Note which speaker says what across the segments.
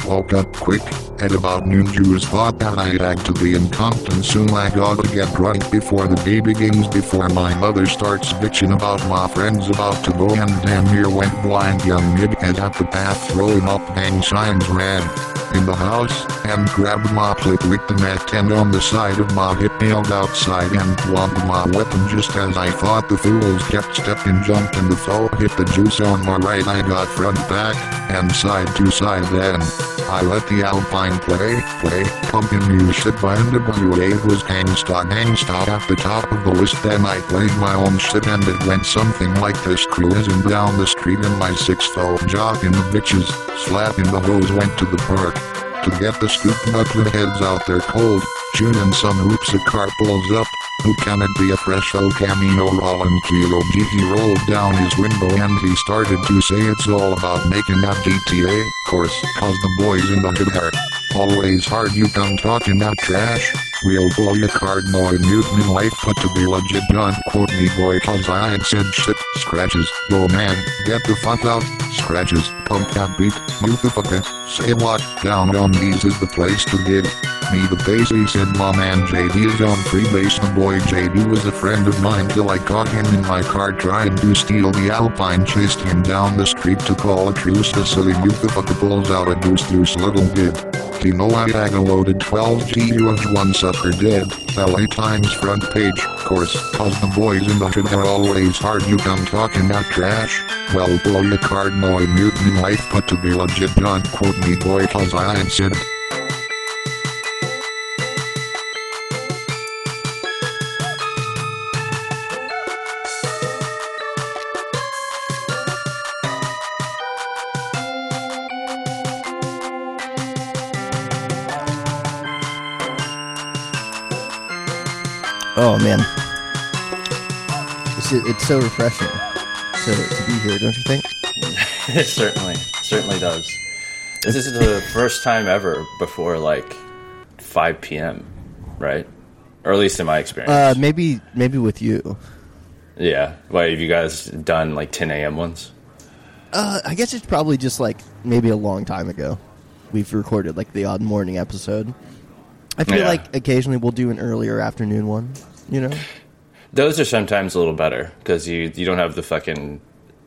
Speaker 1: hulk up quick, at about noon Jews hop out I ag to the Incompton soon I gotta get right before the day begins before my mother starts bitching about my friends about to go and damn near went blind young nid head up the path throwing up hang signs ran in the house and grabbed my plate with the net and on the side of my hip nailed outside and plumped my weapon just as I thought the fools kept stepping jumped and the foe hit the juice on my right I got front back and side to side then I let the Alpine play, play, pump in music by NWA was Hangsta Hangsta at the top of the list then I played my own shit and it went something like this cruising down the street in my six-fold jock in the bitches, slapping the hose went to the park to get the scoop knuckleheads out there cold, tuning some hoops of carpals up, who can it be a fresh El Camino Rollin Kilo He rolled down his window and he started to say it's all about making that GTA, course, cause the boys in the hood are always hard you come talking that trash, we'll pull your card no Newton life but to be legit don't quote me boy cause I had said shit, scratches, go man, get the fuck out, scratches, pump that beat, move the fuck it, say what, down on these is the place to get me the bass he said mom and JD is on free base the boy JD was a friend of mine till I caught him in my car trying to steal the Alpine chased him down the street to call a truce the silly youth of the pulls out a deuce deuce little bit you know I had a loaded 12 GU of one sucker dead, LA Times front page, course, cause the boys in the hood are always hard you come talking that trash, well blow your card no mutant life but to be legit don't quote me boy cause I ain't said
Speaker 2: Oh man, it's, it's so refreshing to, to be here, don't you think?
Speaker 3: it certainly, certainly does. This is the first time ever before like 5 p.m., right? Or at least in my experience.
Speaker 2: Uh, maybe maybe with you.
Speaker 3: yeah. Wait, have you guys done like 10 a.m. ones?
Speaker 2: Uh, I guess it's probably just like maybe a long time ago. We've recorded like the odd morning episode. I feel
Speaker 3: Yeah.
Speaker 2: like occasionally we'll do an earlier afternoon one. You know,
Speaker 3: Those are sometimes a little better because you, you don't have the fucking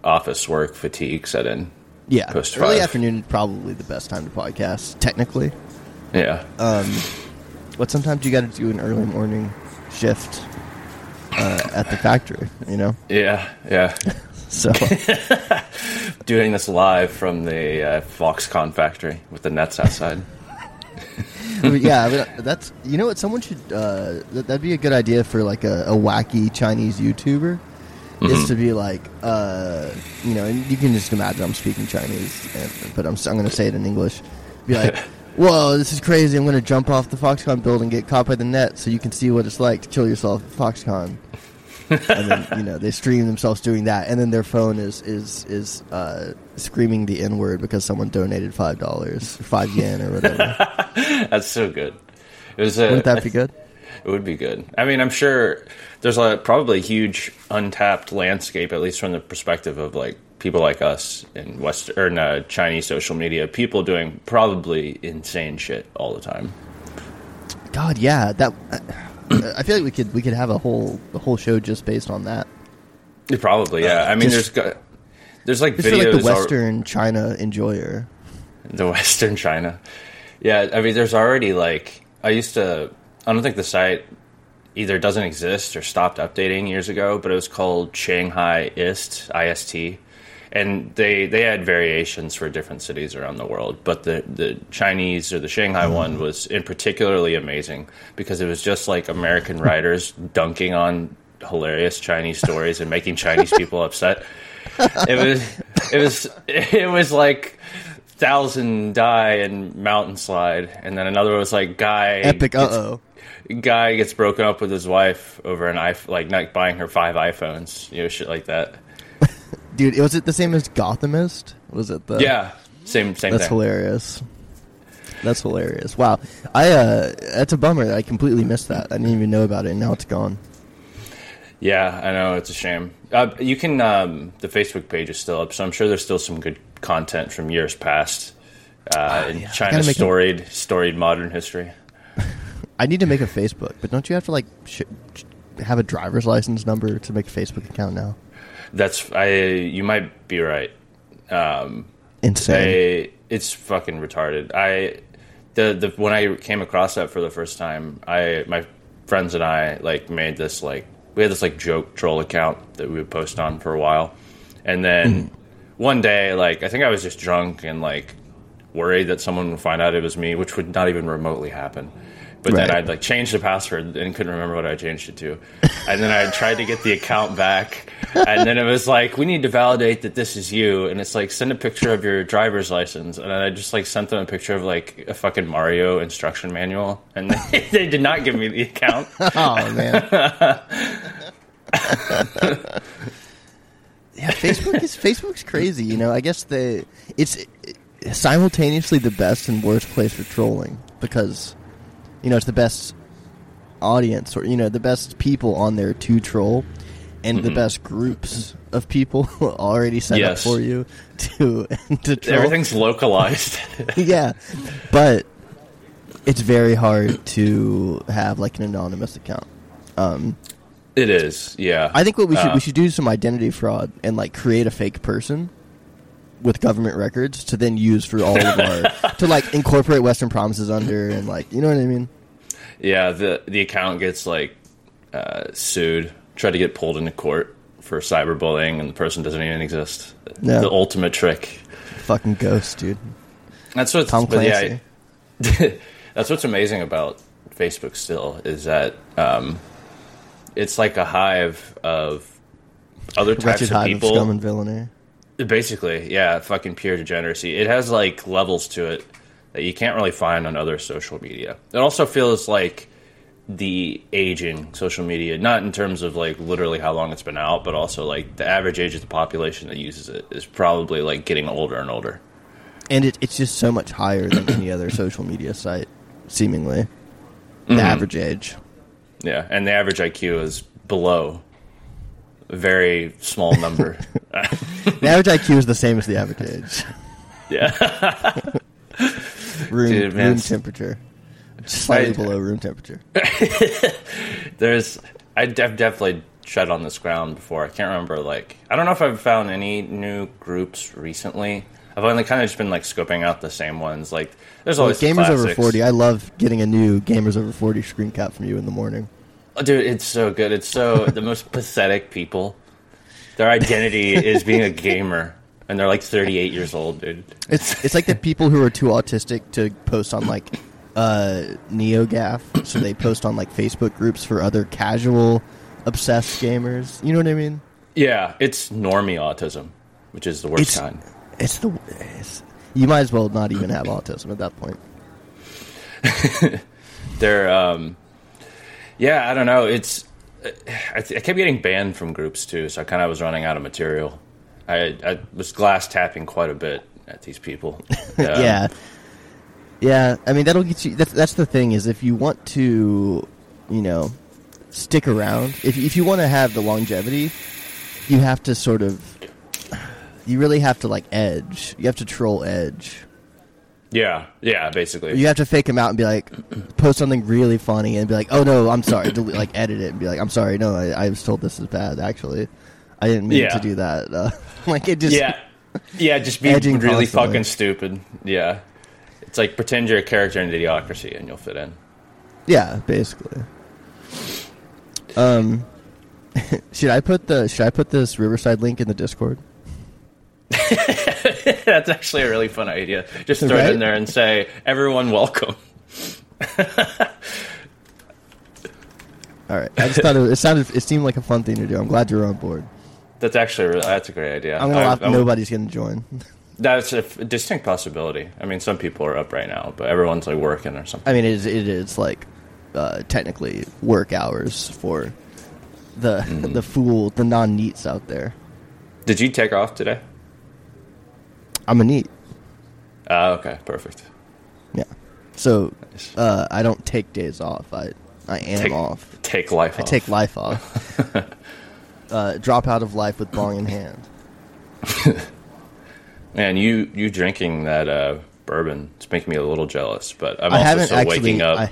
Speaker 3: office work fatigue set in.
Speaker 2: yeah.
Speaker 3: Post
Speaker 2: Early
Speaker 3: five.
Speaker 2: afternoon is probably the best time to podcast. Technically,
Speaker 3: Yeah.
Speaker 2: Uh, but sometimes you got to do an early morning shift uh, at the factory. You know,
Speaker 3: yeah. Yeah.
Speaker 2: so
Speaker 3: Doing this live from the uh, Foxconn factory with the nets outside.
Speaker 2: But yeah, I mean, that's you know what someone should uh, that, that'd be a good idea for like a, a wacky Chinese YouTuber is to be like uh, you know, and you can just imagine I'm speaking Chinese, and, but I'm s- I'm going to say it in English. Be like, whoa, this is crazy! I'm going to jump off the Foxconn building, get caught by the net, so you can see what it's like to kill yourself at Foxconn. and then you know they stream themselves doing that, and then their phone is is is uh, screaming the n word because someone donated five dollars, five yen or whatever.
Speaker 3: That's so good. It was a,
Speaker 2: Wouldn't that be good?
Speaker 3: It would be good. I mean, I'm sure there's a probably a huge untapped landscape, at least from the perspective of like people like us in West or in uh, Chinese social media. People doing probably insane shit all the time.
Speaker 2: God, yeah, that. uh, I feel like we could we could have a whole the whole show just based on that.
Speaker 3: Probably, yeah. I mean, there's
Speaker 2: Uh, just-
Speaker 3: got there's like
Speaker 2: Just
Speaker 3: videos
Speaker 2: for like the
Speaker 3: al-
Speaker 2: Western China enjoyer.
Speaker 3: the Western China. Yeah, I mean, there's already like I used to. I don't think the site either doesn't exist or stopped updating years ago, but it was called Shanghai IST IST, and they they had variations for different cities around the world. But the the Chinese or the Shanghai one was in particularly amazing because it was just like American writers dunking on hilarious Chinese stories and making Chinese people upset it was it was it was like thousand die and mountain slide and then another was like guy
Speaker 2: Epic. Uh oh.
Speaker 3: guy gets broken up with his wife over an iPhone, like not buying her five iPhones you know shit like that
Speaker 2: Dude, was it the same as Gothamist? Was it the
Speaker 3: yeah same same
Speaker 2: That's
Speaker 3: thing
Speaker 2: hilarious. That's hilarious. Wow, I uh, that's a bummer. that I completely missed that. I didn't even know about it. and Now it's gone.
Speaker 3: yeah I know it's a shame uh, you can um, the Facebook page is still up so I'm sure there's still some good content from years past uh, in China's
Speaker 2: Ah, make a-
Speaker 3: storied storied modern history.
Speaker 2: I need to make a Facebook, but don't you have to like sh- sh- have a driver's license number to make a Facebook account now?
Speaker 3: That's I. You might be right.
Speaker 2: Insane.
Speaker 3: I, it's fucking retarded. I the the when I came across that for the first time, I my friends and I like made this like we had this like joke troll account that we would post on for a while, and then one day like I think I was just drunk and like worried that someone would find out it was me, which would not even remotely happen. But then
Speaker 2: Right.
Speaker 3: I'd like change the password and couldn't remember what I changed it to. And then I tried to get the account back. And then it was like, we need to validate that this is you. And it's like, send a picture of your driver's license. And I just like sent them a picture of like a fucking Mario instruction manual. And they, they did not give me the account.
Speaker 2: oh man. yeah, Facebook is Facebook's crazy. You know, I guess they it's simultaneously the best and worst place for trolling because you know it's the best audience or you know the best people on there to troll and the best groups of people already set
Speaker 3: Yes.
Speaker 2: up for you to to troll
Speaker 3: Everything's localized.
Speaker 2: yeah, but it's very hard to have like an anonymous account.
Speaker 3: it is. Yeah.
Speaker 2: I think what we should
Speaker 3: Uh,
Speaker 2: we should do some identity fraud and like create a fake person with government records to then use for all of our to like incorporate Western promises under and like you know what I mean.
Speaker 3: Yeah, the the account gets like uh, sued, tried to get pulled into court for cyberbullying, and the person doesn't even exist.
Speaker 2: Yeah.
Speaker 3: The ultimate trick.
Speaker 2: Fucking ghost, dude.
Speaker 3: That's what's
Speaker 2: Tom
Speaker 3: but
Speaker 2: Clancy.
Speaker 3: yeah, that's what's amazing about Facebook still is that um, it's like a hive of other types
Speaker 2: Wretched
Speaker 3: of
Speaker 2: hive of
Speaker 3: people.
Speaker 2: scum and villainy.
Speaker 3: Basically, yeah, fucking pure degeneracy. It has like levels to it that you can't really find on other social media. It also feels like the aging social media, not in terms of like literally how long it's been out, but also like the average age of the population that uses it is probably like getting older and older.
Speaker 2: and it, it's just so much higher than any other social media site, seemingly.
Speaker 3: Mm-hmm.
Speaker 2: The average age.
Speaker 3: Yeah, and the average IQ is below a very small number.
Speaker 2: The average IQ is the same as the average age.
Speaker 3: yeah,
Speaker 2: room,
Speaker 3: Dude, man,
Speaker 2: room
Speaker 3: it's-
Speaker 2: temperature. Slightly
Speaker 3: I-
Speaker 2: below room temperature.
Speaker 3: there's I de- I've definitely tread on this ground before. I can't remember like I don't know if I've found any new groups recently. I've only kind of just been like scoping out the same ones. Like there's
Speaker 2: Well,
Speaker 3: always the
Speaker 2: gamers over
Speaker 3: classics.
Speaker 2: 40. I love getting a new gamers over 40 screen cap from you in the morning.
Speaker 3: Oh, dude, it's so good. It's so the most pathetic people. Their identity is being a gamer, and they're like 38 years old, dude.
Speaker 2: It's it's like the people who are too autistic to post on like uh NeoGaf, so they post on like Facebook groups for other casual obsessed gamers. You know what I mean?
Speaker 3: Yeah, it's normie autism, which is the worst
Speaker 2: It's-
Speaker 3: kind.
Speaker 2: It's the it's, you might as well not even have autism at that point.
Speaker 3: they're um yeah i don't know it's I, th- I kept getting banned from groups too so i kind of was running out of material i i was glass tapping quite a bit at these people Um,
Speaker 2: yeah yeah i mean that'll get you that's, that's the thing is if you want to you know stick around if, if you want to have the longevity you have to sort of you really have to like edge you have to troll edge
Speaker 3: yeah yeah basically
Speaker 2: you have to fake him out and be like post something really funny and be like oh no i'm sorry delete, like edit it and be like i'm sorry no I, I was told this is bad actually i didn't mean
Speaker 3: Yeah.
Speaker 2: to do that uh, like it just
Speaker 3: yeah yeah just be
Speaker 2: Edging
Speaker 3: really
Speaker 2: constantly.
Speaker 3: fucking stupid yeah it's like pretend you're a character in idiocracy and you'll fit in
Speaker 2: Yeah, basically. Um, should I put the should I put this Riverside link in the Discord?
Speaker 3: that's actually a really fun idea just throw it
Speaker 2: Right?
Speaker 3: in there and say everyone welcome
Speaker 2: All right, I just thought it, it sounded it seemed like a fun thing to do. I'm glad you're on board.
Speaker 3: that's actually really, that's a great idea
Speaker 2: I'm gonna
Speaker 3: I-
Speaker 2: laugh.
Speaker 3: I-
Speaker 2: Nobody's gonna join.
Speaker 3: That's a f- distinct possibility. I mean, some people are up right now, but everyone's like working or something.
Speaker 2: I mean, it is, it is like uh, technically work hours for the the fool the non neats out there.
Speaker 3: Did you take off today?
Speaker 2: I'm a neat.
Speaker 3: Ah, okay, perfect.
Speaker 2: Yeah. So uh, I don't take days off. I I am
Speaker 3: Take
Speaker 2: off.
Speaker 3: Take life.
Speaker 2: I take life off. uh, drop out of life with bong in hand.
Speaker 3: Man, you you drinking that uh, bourbon. It's making me a little jealous, but I'm
Speaker 2: I
Speaker 3: also
Speaker 2: haven't
Speaker 3: still
Speaker 2: actually.
Speaker 3: waking up.
Speaker 2: I,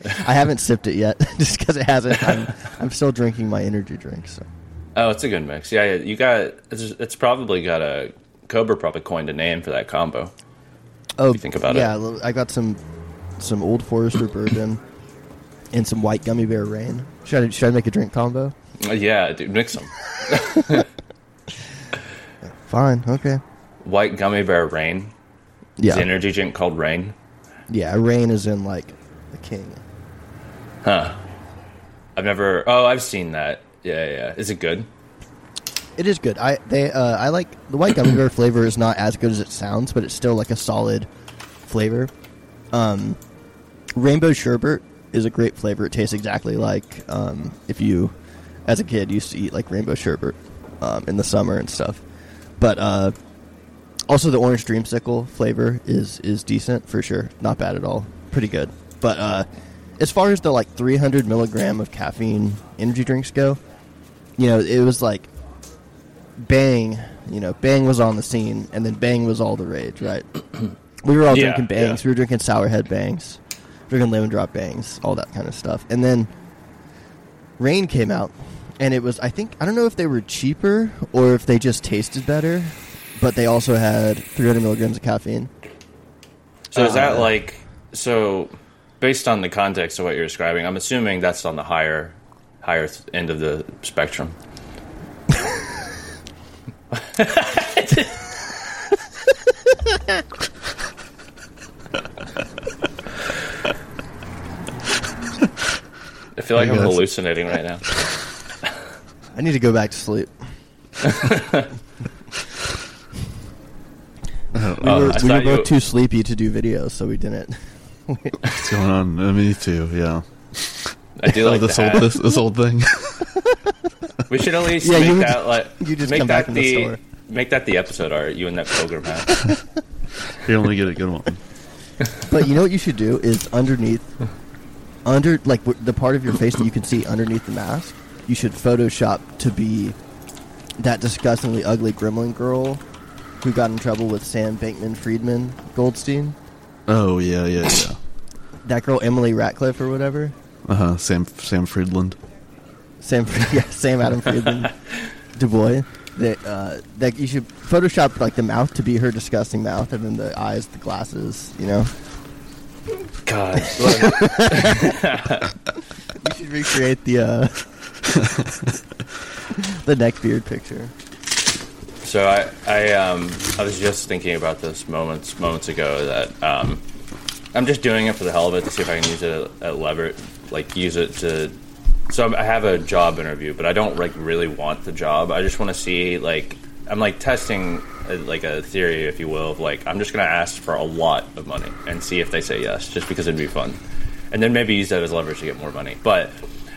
Speaker 2: I haven't sipped it yet, just because it hasn't. I'm, I'm still drinking my energy drink. So
Speaker 3: Oh, it's a good mix. Yeah, you got it's, it's probably got a Cobra probably coined a name for that combo.
Speaker 2: Oh,
Speaker 3: you think about it.
Speaker 2: yeah, l- I got some some Old Forester bourbon and some white gummy bear rain. Should I, should I make a drink combo?
Speaker 3: Uh, Yeah, dude, mix them.
Speaker 2: Fine, okay.
Speaker 3: White gummy bear rain.
Speaker 2: Yeah,
Speaker 3: Is the energy drink called rain?
Speaker 2: yeah. Rain is in like the king.
Speaker 3: I've never. Oh, I've seen that. Yeah, yeah. Is it good?
Speaker 2: It is good. I they uh, I like the white gummy bear flavor is not as good as it sounds, but it's still like a solid flavor. Um, rainbow sherbet is a great flavor. It tastes exactly like um, if you, as a kid, used to eat like rainbow sherbet um, in the summer and stuff. But uh, also the orange dreamsicle flavor is is decent for sure. Not bad at all. Pretty good. But uh, as far as the like 300 milligram of caffeine energy drinks go, you know it was like Bang, you know, Bang was on the scene, and then Bang was all the rage, right? We were all
Speaker 3: Yeah,
Speaker 2: drinking Bangs.
Speaker 3: yeah.
Speaker 2: We were drinking Sourhead Bangs, drinking Lemon Drop Bangs, all that kind of stuff. And then Rain came out, and it was, I think, I don't know if they were cheaper or if they just tasted better, but they also had 300 milligrams of caffeine.
Speaker 3: So is that
Speaker 2: Uh,
Speaker 3: like so? Based on the context of what you're describing, I'm assuming that's on the higher, higher th- end of the spectrum. I feel like
Speaker 2: I
Speaker 3: I'm
Speaker 2: guess.
Speaker 3: hallucinating right now.
Speaker 2: I need to go back to sleep. Uh, We
Speaker 3: Oh,
Speaker 2: were,
Speaker 3: I
Speaker 2: we were
Speaker 3: thought you-
Speaker 2: both too sleepy to do videos, so we didn't.
Speaker 4: What's going on? Uh, me too. Yeah.
Speaker 3: I do
Speaker 4: Oh,
Speaker 3: like
Speaker 4: this
Speaker 3: that.
Speaker 4: whole this, this whole thing.
Speaker 3: We should at least
Speaker 2: Yeah,
Speaker 3: make
Speaker 2: you would-
Speaker 3: that like
Speaker 2: you just
Speaker 3: make
Speaker 2: come
Speaker 3: that
Speaker 2: back from the store.
Speaker 3: make that the episode art you and that pilgrim have.
Speaker 4: you only get a good one.
Speaker 2: But you know what you should do is underneath, under like w- the part of your face that you can see underneath the mask, you should Photoshop to be that disgustingly ugly gremlin girl who got in trouble with Sam Bankman Friedman Goldstein.
Speaker 4: Oh yeah, yeah, yeah.
Speaker 2: That girl Emily Ratcliffe or whatever.
Speaker 4: Uh huh. Sam Sam Friedland.
Speaker 2: Sam, yeah, Sam Adam Friedman, Du Bois. That uh, that you should Photoshop like the mouth to be her disgusting mouth, and then the eyes, the glasses. You know,
Speaker 3: God, look,
Speaker 2: you should recreate the uh, the neck beard picture.
Speaker 3: So I, I, um, I was just thinking about this moments moments ago that um, I'm just doing it for the hell of it to see if I can use it at, at lever, like use it to. So I'm- I have a job interview, but I don't like really want the job. I just want to see like I'm like testing uh, like a theory, if you will, of like I'm just gonna ask for a lot of money and see if they say yes, just because it'd be fun, and then maybe use that as leverage to get more money. But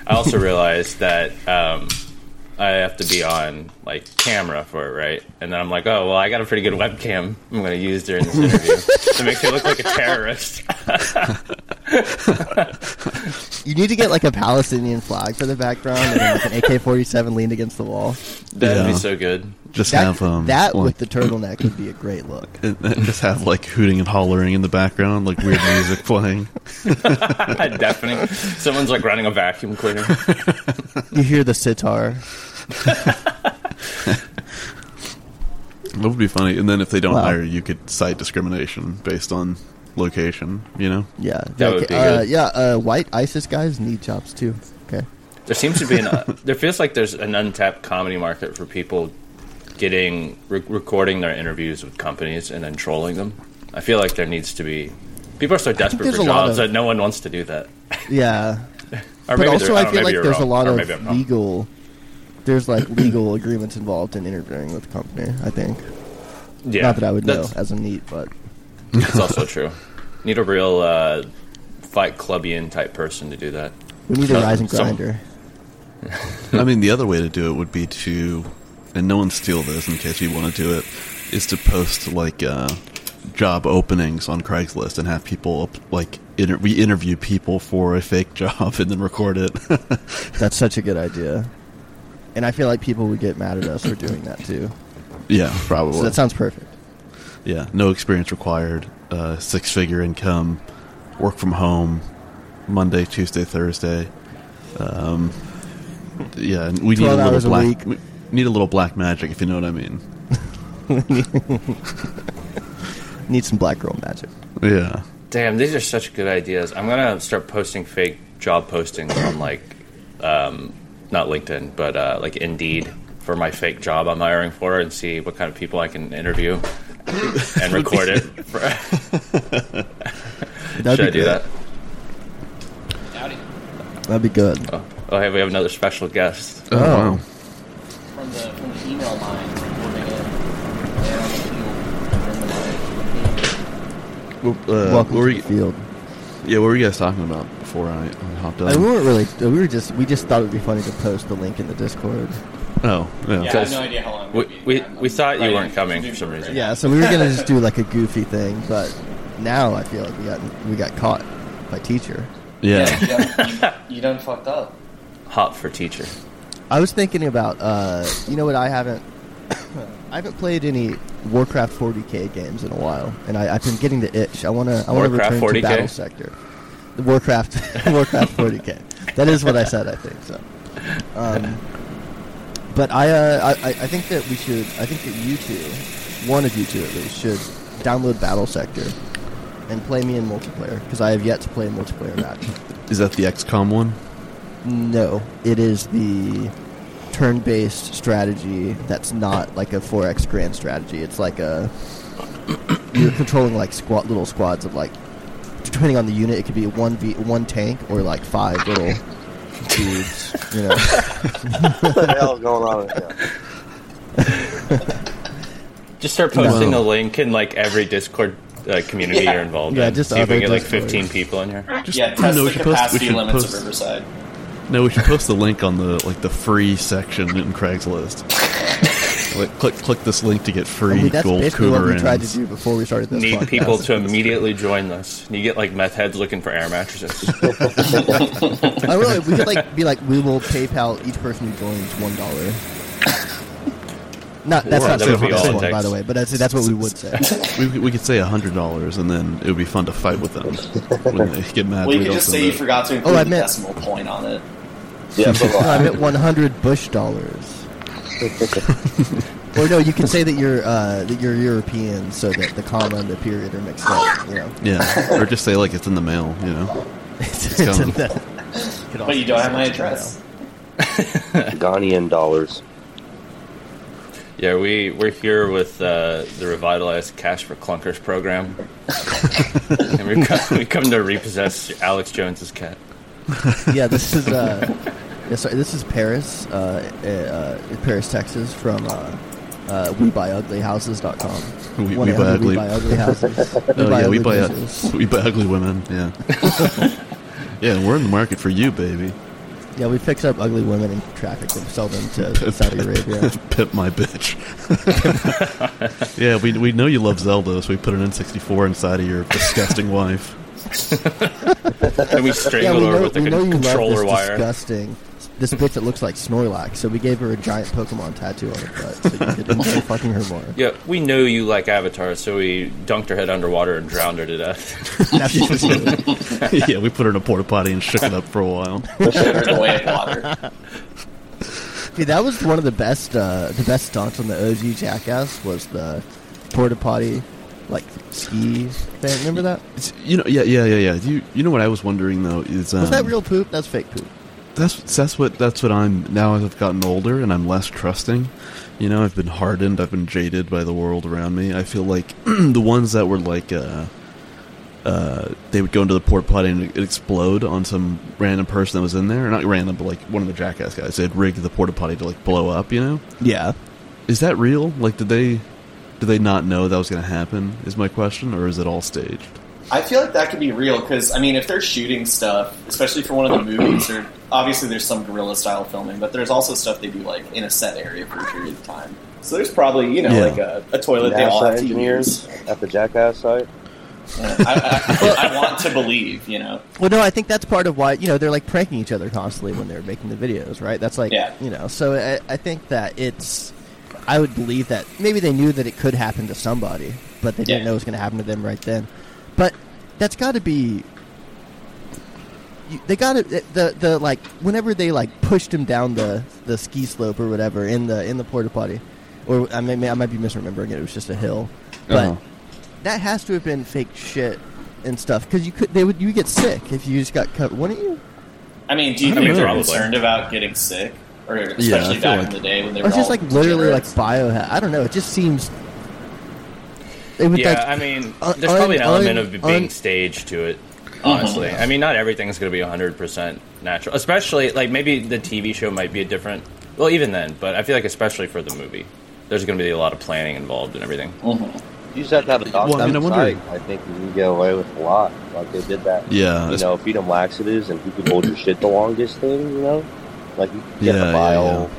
Speaker 3: I also realized that. Um, I have to be on like camera for it, right? And then I'm like, oh well, I got a pretty good webcam. I'm going to use during this interview to make me look like a terrorist.
Speaker 2: You need to get like a Palestinian flag for the background and then, like an AK forty seven leaned against the wall.
Speaker 3: That'd
Speaker 4: Yeah.
Speaker 3: be so good.
Speaker 4: Just
Speaker 2: That,
Speaker 4: have um
Speaker 2: that
Speaker 4: like,
Speaker 2: with the turtleneck would be a great look.
Speaker 4: just have like hooting and hollering in the background, like weird music playing.
Speaker 3: Definitely, someone's like running a vacuum cleaner.
Speaker 2: You hear the sitar.
Speaker 4: That would be funny. And then if they don't
Speaker 2: Wow.
Speaker 4: hire you, could cite discrimination based on location. You know,
Speaker 2: Yeah,
Speaker 3: That would be
Speaker 2: uh,
Speaker 3: good.
Speaker 2: Yeah, uh, white ISIS guys need jobs too. Okay,
Speaker 3: There seems to be an. there feels like there's an untapped comedy market for people getting re- recording their interviews with companies and then trolling them. I feel like there needs to be. People are so desperate
Speaker 2: there's
Speaker 3: for
Speaker 2: a lot
Speaker 3: jobs
Speaker 2: of-
Speaker 3: that no one wants to do that.
Speaker 2: yeah,
Speaker 3: Or
Speaker 2: but
Speaker 3: maybe
Speaker 2: also I feel
Speaker 3: they're- don't know, maybe
Speaker 2: like
Speaker 3: you're
Speaker 2: there's a
Speaker 3: wrong,
Speaker 2: lot
Speaker 3: or maybe
Speaker 2: of
Speaker 3: I'm wrong.
Speaker 2: legal. There's like legal agreements involved in interviewing with company. I think
Speaker 3: Yeah,
Speaker 2: not that I would know
Speaker 3: that's-
Speaker 2: as a neat, but
Speaker 3: That's also true. Need a real uh, fight clubian type person to do that.
Speaker 2: we need a
Speaker 3: Some-
Speaker 2: rise and
Speaker 3: some-
Speaker 2: grinder.
Speaker 4: I mean, the other way to do it would be to, and no one steal this in case you want to do it, is to post like uh, job openings on Craigslist and have people up, like inter- we interview people for a fake job and then record it.
Speaker 2: That's such a good idea, and I feel like people would get mad at us for doing that too.
Speaker 4: yeah, probably.
Speaker 2: So that sounds perfect.
Speaker 4: Yeah, no experience required. Uh, six figure income, work from home, Monday, Tuesday, Thursday. Um, yeah, and we need a
Speaker 2: 12
Speaker 4: little
Speaker 2: hours a
Speaker 4: black.
Speaker 2: week.
Speaker 4: we need a little black magic, if you know what I mean.
Speaker 2: Need some black girl magic.
Speaker 4: Yeah,
Speaker 3: Damn, these are such good ideas. I'm gonna start posting fake job postings on like, um, not LinkedIn, but uh, like Indeed for my fake job I'm hiring for, and see what kind of people I can interview and record it. For,
Speaker 2: That'd
Speaker 3: should
Speaker 2: be
Speaker 3: I do
Speaker 2: good.
Speaker 3: that?
Speaker 5: Howdy.
Speaker 2: That'd be good.
Speaker 3: Oh, oh, hey, we have another special guest.
Speaker 4: Oh, wow.
Speaker 5: From the, from the email line, reporting in. And on the field, from the line.
Speaker 4: Well, uh,
Speaker 2: Welcome
Speaker 4: what were
Speaker 2: to
Speaker 4: you,
Speaker 2: the field.
Speaker 4: yeah, what were you guys talking about before I, I hopped
Speaker 2: I mean, we
Speaker 4: on?
Speaker 2: weren't really. We were just. We just thought it'd be funny to post the link in the Discord.
Speaker 4: Oh, yeah.
Speaker 5: Yeah, I have no idea how long. it
Speaker 3: We-
Speaker 5: would be.
Speaker 3: we-
Speaker 5: I'm-
Speaker 3: we
Speaker 5: I'm
Speaker 3: thought you
Speaker 5: writing
Speaker 3: weren't coming
Speaker 5: doing
Speaker 3: for some
Speaker 5: it right
Speaker 3: reason.
Speaker 5: now.
Speaker 2: Yeah, so we were gonna just do like a goofy thing, but now I feel like we got we got caught by teacher.
Speaker 4: yeah.
Speaker 5: you, done, you, you done fucked up.
Speaker 3: Hop for teacher.
Speaker 2: I was thinking about uh, you know what I haven't I haven't played any Warcraft 40k games in a while, and I, I've been getting the itch. I wanna I wanna
Speaker 3: Warcraft
Speaker 2: return
Speaker 3: 40K?
Speaker 2: to battle sector. The Warcraft Warcraft 40k. That is what I said. I think so. Um, but I, uh, I I I think that we should I think that you two, one of you two at least, should download Battle Sector and play me in multiplayer because I have yet to play a multiplayer match.
Speaker 4: Is that the XCOM one?
Speaker 2: No, it is the turn-based strategy that's not like a 4x grand strategy. It's like a you're controlling like squad little squads of like depending on the unit, it could be one v one tank or like five little dudes. You know,
Speaker 6: What the hell's going on in here?
Speaker 3: Just start posting
Speaker 4: No.
Speaker 3: a link in like every Discord uh, community
Speaker 5: Yeah.
Speaker 3: you're involved
Speaker 2: Yeah,
Speaker 3: in.
Speaker 2: just
Speaker 3: see if
Speaker 2: other
Speaker 3: we can get like
Speaker 2: Discords.
Speaker 3: 15 people in here.
Speaker 4: Just-
Speaker 5: yeah, test
Speaker 4: no, we
Speaker 5: the
Speaker 4: should post- we
Speaker 5: capacity
Speaker 4: should
Speaker 5: limits
Speaker 4: post-
Speaker 5: of Riverside.
Speaker 4: No, we should post the link on the like the free section in Craigslist. like, click click this link to get
Speaker 2: I
Speaker 4: free
Speaker 2: mean, that's
Speaker 4: gold
Speaker 2: basically what we tried to
Speaker 4: cougarins.
Speaker 2: do before we started this.
Speaker 3: Need
Speaker 2: podcast.
Speaker 3: people to immediately join this. You get like meth heads looking for air mattresses.
Speaker 2: I don't know. We could like be like, we will PayPal each person who joins one dollar. Not that's
Speaker 3: Or
Speaker 2: not
Speaker 3: that
Speaker 2: true
Speaker 3: would
Speaker 2: for
Speaker 3: be
Speaker 2: this
Speaker 3: all it
Speaker 2: one, by
Speaker 3: takes.
Speaker 2: the way. But that's that's what we would say.
Speaker 4: We, we could say hundred dollars, and then it would be fun to fight with them when they get mad.
Speaker 5: Well, you
Speaker 4: we
Speaker 5: could
Speaker 4: don't
Speaker 5: just
Speaker 4: send
Speaker 5: say you
Speaker 4: it. Oh,
Speaker 5: forgot to include
Speaker 2: I
Speaker 5: the
Speaker 2: meant-
Speaker 5: decimal point on it.
Speaker 6: Yeah, it's a
Speaker 2: No,
Speaker 6: lot.
Speaker 2: I'm at 100 Bush dollars. or no, you can say that you're uh, that you're European, so that the comma and the period are mixed up. You know,
Speaker 4: Yeah, or just say like it's in the mail. You know,
Speaker 2: it's, in
Speaker 4: coming.
Speaker 2: the- could also
Speaker 5: But you don't
Speaker 2: be
Speaker 5: have my
Speaker 2: sent to
Speaker 5: address.
Speaker 6: Ghanaian dollars.
Speaker 3: yeah, we we're here with uh, the revitalized Cash for Clunkers program, and we come, we come to repossess Alex Jones's cat.
Speaker 2: mail. Yeah, this is uh, yeah, sorry, this is Paris, uh, uh, uh, Paris, Texas, from uh, uh, WeBuyUglyHouses.com.
Speaker 4: We-
Speaker 2: 1-800
Speaker 4: we buy ugly-
Speaker 2: houses.
Speaker 4: oh yeah, we
Speaker 2: ugly
Speaker 4: buy
Speaker 2: bitches.
Speaker 4: we buy ugly women. Yeah, yeah, we're in the market for you, baby.
Speaker 2: Yeah, we fix up ugly women and traffic them, sell them to Saudi Arabia.
Speaker 4: Pip my bitch. yeah, we we know you love Zelda, so we put an N64 inside of your disgusting wife.
Speaker 3: And we strangled her with
Speaker 2: we
Speaker 3: the
Speaker 2: know you
Speaker 3: controller
Speaker 2: love this
Speaker 3: wire.
Speaker 2: disgusting. This bitch that looks like Snorlax, so we gave her a giant Pokemon tattoo on her butt, so you could enjoy fucking her more.
Speaker 3: Yeah, we know you like Avatar, so we dunked her head underwater and drowned her to death.
Speaker 4: yeah, we put her in a porta potty and shook it up for a while.
Speaker 5: Showed her the way of water.
Speaker 2: Dude, that was one of the best, uh, the best stunts on the OG Jackass was the porta potty, like ski thing. Remember that?
Speaker 4: It's- you know, yeah, yeah, yeah, yeah. You you know what I was wondering though is um,
Speaker 2: Was that real poop? That's fake poop.
Speaker 4: That's that's what that's what I'm now. As I've gotten older and I'm less trusting, you know, I've been hardened. I've been jaded by the world around me. I feel like the ones that were like. Uh, uh, they would go into the port potty and it explode on some random person that was in there. Not random, but like one of the jackass guys. They'd rig the porta potty to like blow up. You know,
Speaker 2: Yeah.
Speaker 4: is that real? Like, did they did they not know that was going to happen? Is my question, or is it all staged?
Speaker 5: I feel like that could be real because I mean, if they're shooting stuff, especially for one of the movies, or obviously there's some guerrilla style filming, but there's also stuff they do like in a set area for a period of time. So there's probably you know
Speaker 4: Yeah.
Speaker 5: like a, a toilet they all
Speaker 6: NASA
Speaker 5: have to
Speaker 6: engineers
Speaker 5: use.
Speaker 6: at the Jackass site.
Speaker 5: Yeah, I, I, I want to believe, you know.
Speaker 2: Well, no, I think that's part of why you know they're like pranking each other constantly when they're making the videos, right? That's like
Speaker 5: Yeah.
Speaker 2: you know. So I, I think that it's. I would believe that maybe they knew that it could happen to somebody, but they didn't
Speaker 5: Yeah.
Speaker 2: know it was going to happen to them right then. But that's got to be. you- They got it. The the like whenever they like pushed him down the, the ski slope or whatever in the in the porta potty, or I may I might be misremembering it. It was just a hill, but
Speaker 4: Uh-huh.
Speaker 2: that has to have been fake shit and stuff because you could they would you would get sick if you just got cut, wouldn't you?
Speaker 5: I mean, do you
Speaker 3: I
Speaker 5: think
Speaker 3: don't
Speaker 5: they're
Speaker 3: know.
Speaker 5: concerned about getting sick, or
Speaker 4: I
Speaker 5: especially
Speaker 4: feel
Speaker 5: back
Speaker 4: like-
Speaker 5: in the day when they
Speaker 2: Or
Speaker 5: were
Speaker 2: it's just
Speaker 5: all
Speaker 2: like literally like
Speaker 5: degenerates?
Speaker 2: biohack. I don't know. It just seems. It would
Speaker 3: Yeah,
Speaker 2: like
Speaker 3: I mean,
Speaker 2: un-
Speaker 3: there's probably an
Speaker 2: uh, un-
Speaker 3: element of
Speaker 2: un-
Speaker 3: being
Speaker 2: un- Mm-hmm.
Speaker 3: staged to it. Honestly, I mean, not everything's going to be 100% natural. Especially like maybe the TV show might be a different. Well, even then, but I feel like especially for the movie, there's going to be a lot of planning involved and everything.
Speaker 6: You just have to have a doctor
Speaker 4: Well, I mean, I
Speaker 6: on
Speaker 4: wonder-
Speaker 6: site. I think you can get away with a lot. Like they did that.
Speaker 4: Yeah,
Speaker 6: You
Speaker 4: it's-
Speaker 6: know, feed them laxatives and who can hold your shit the longest thing. You know, like you could get
Speaker 4: Yeah, yeah,
Speaker 6: a bile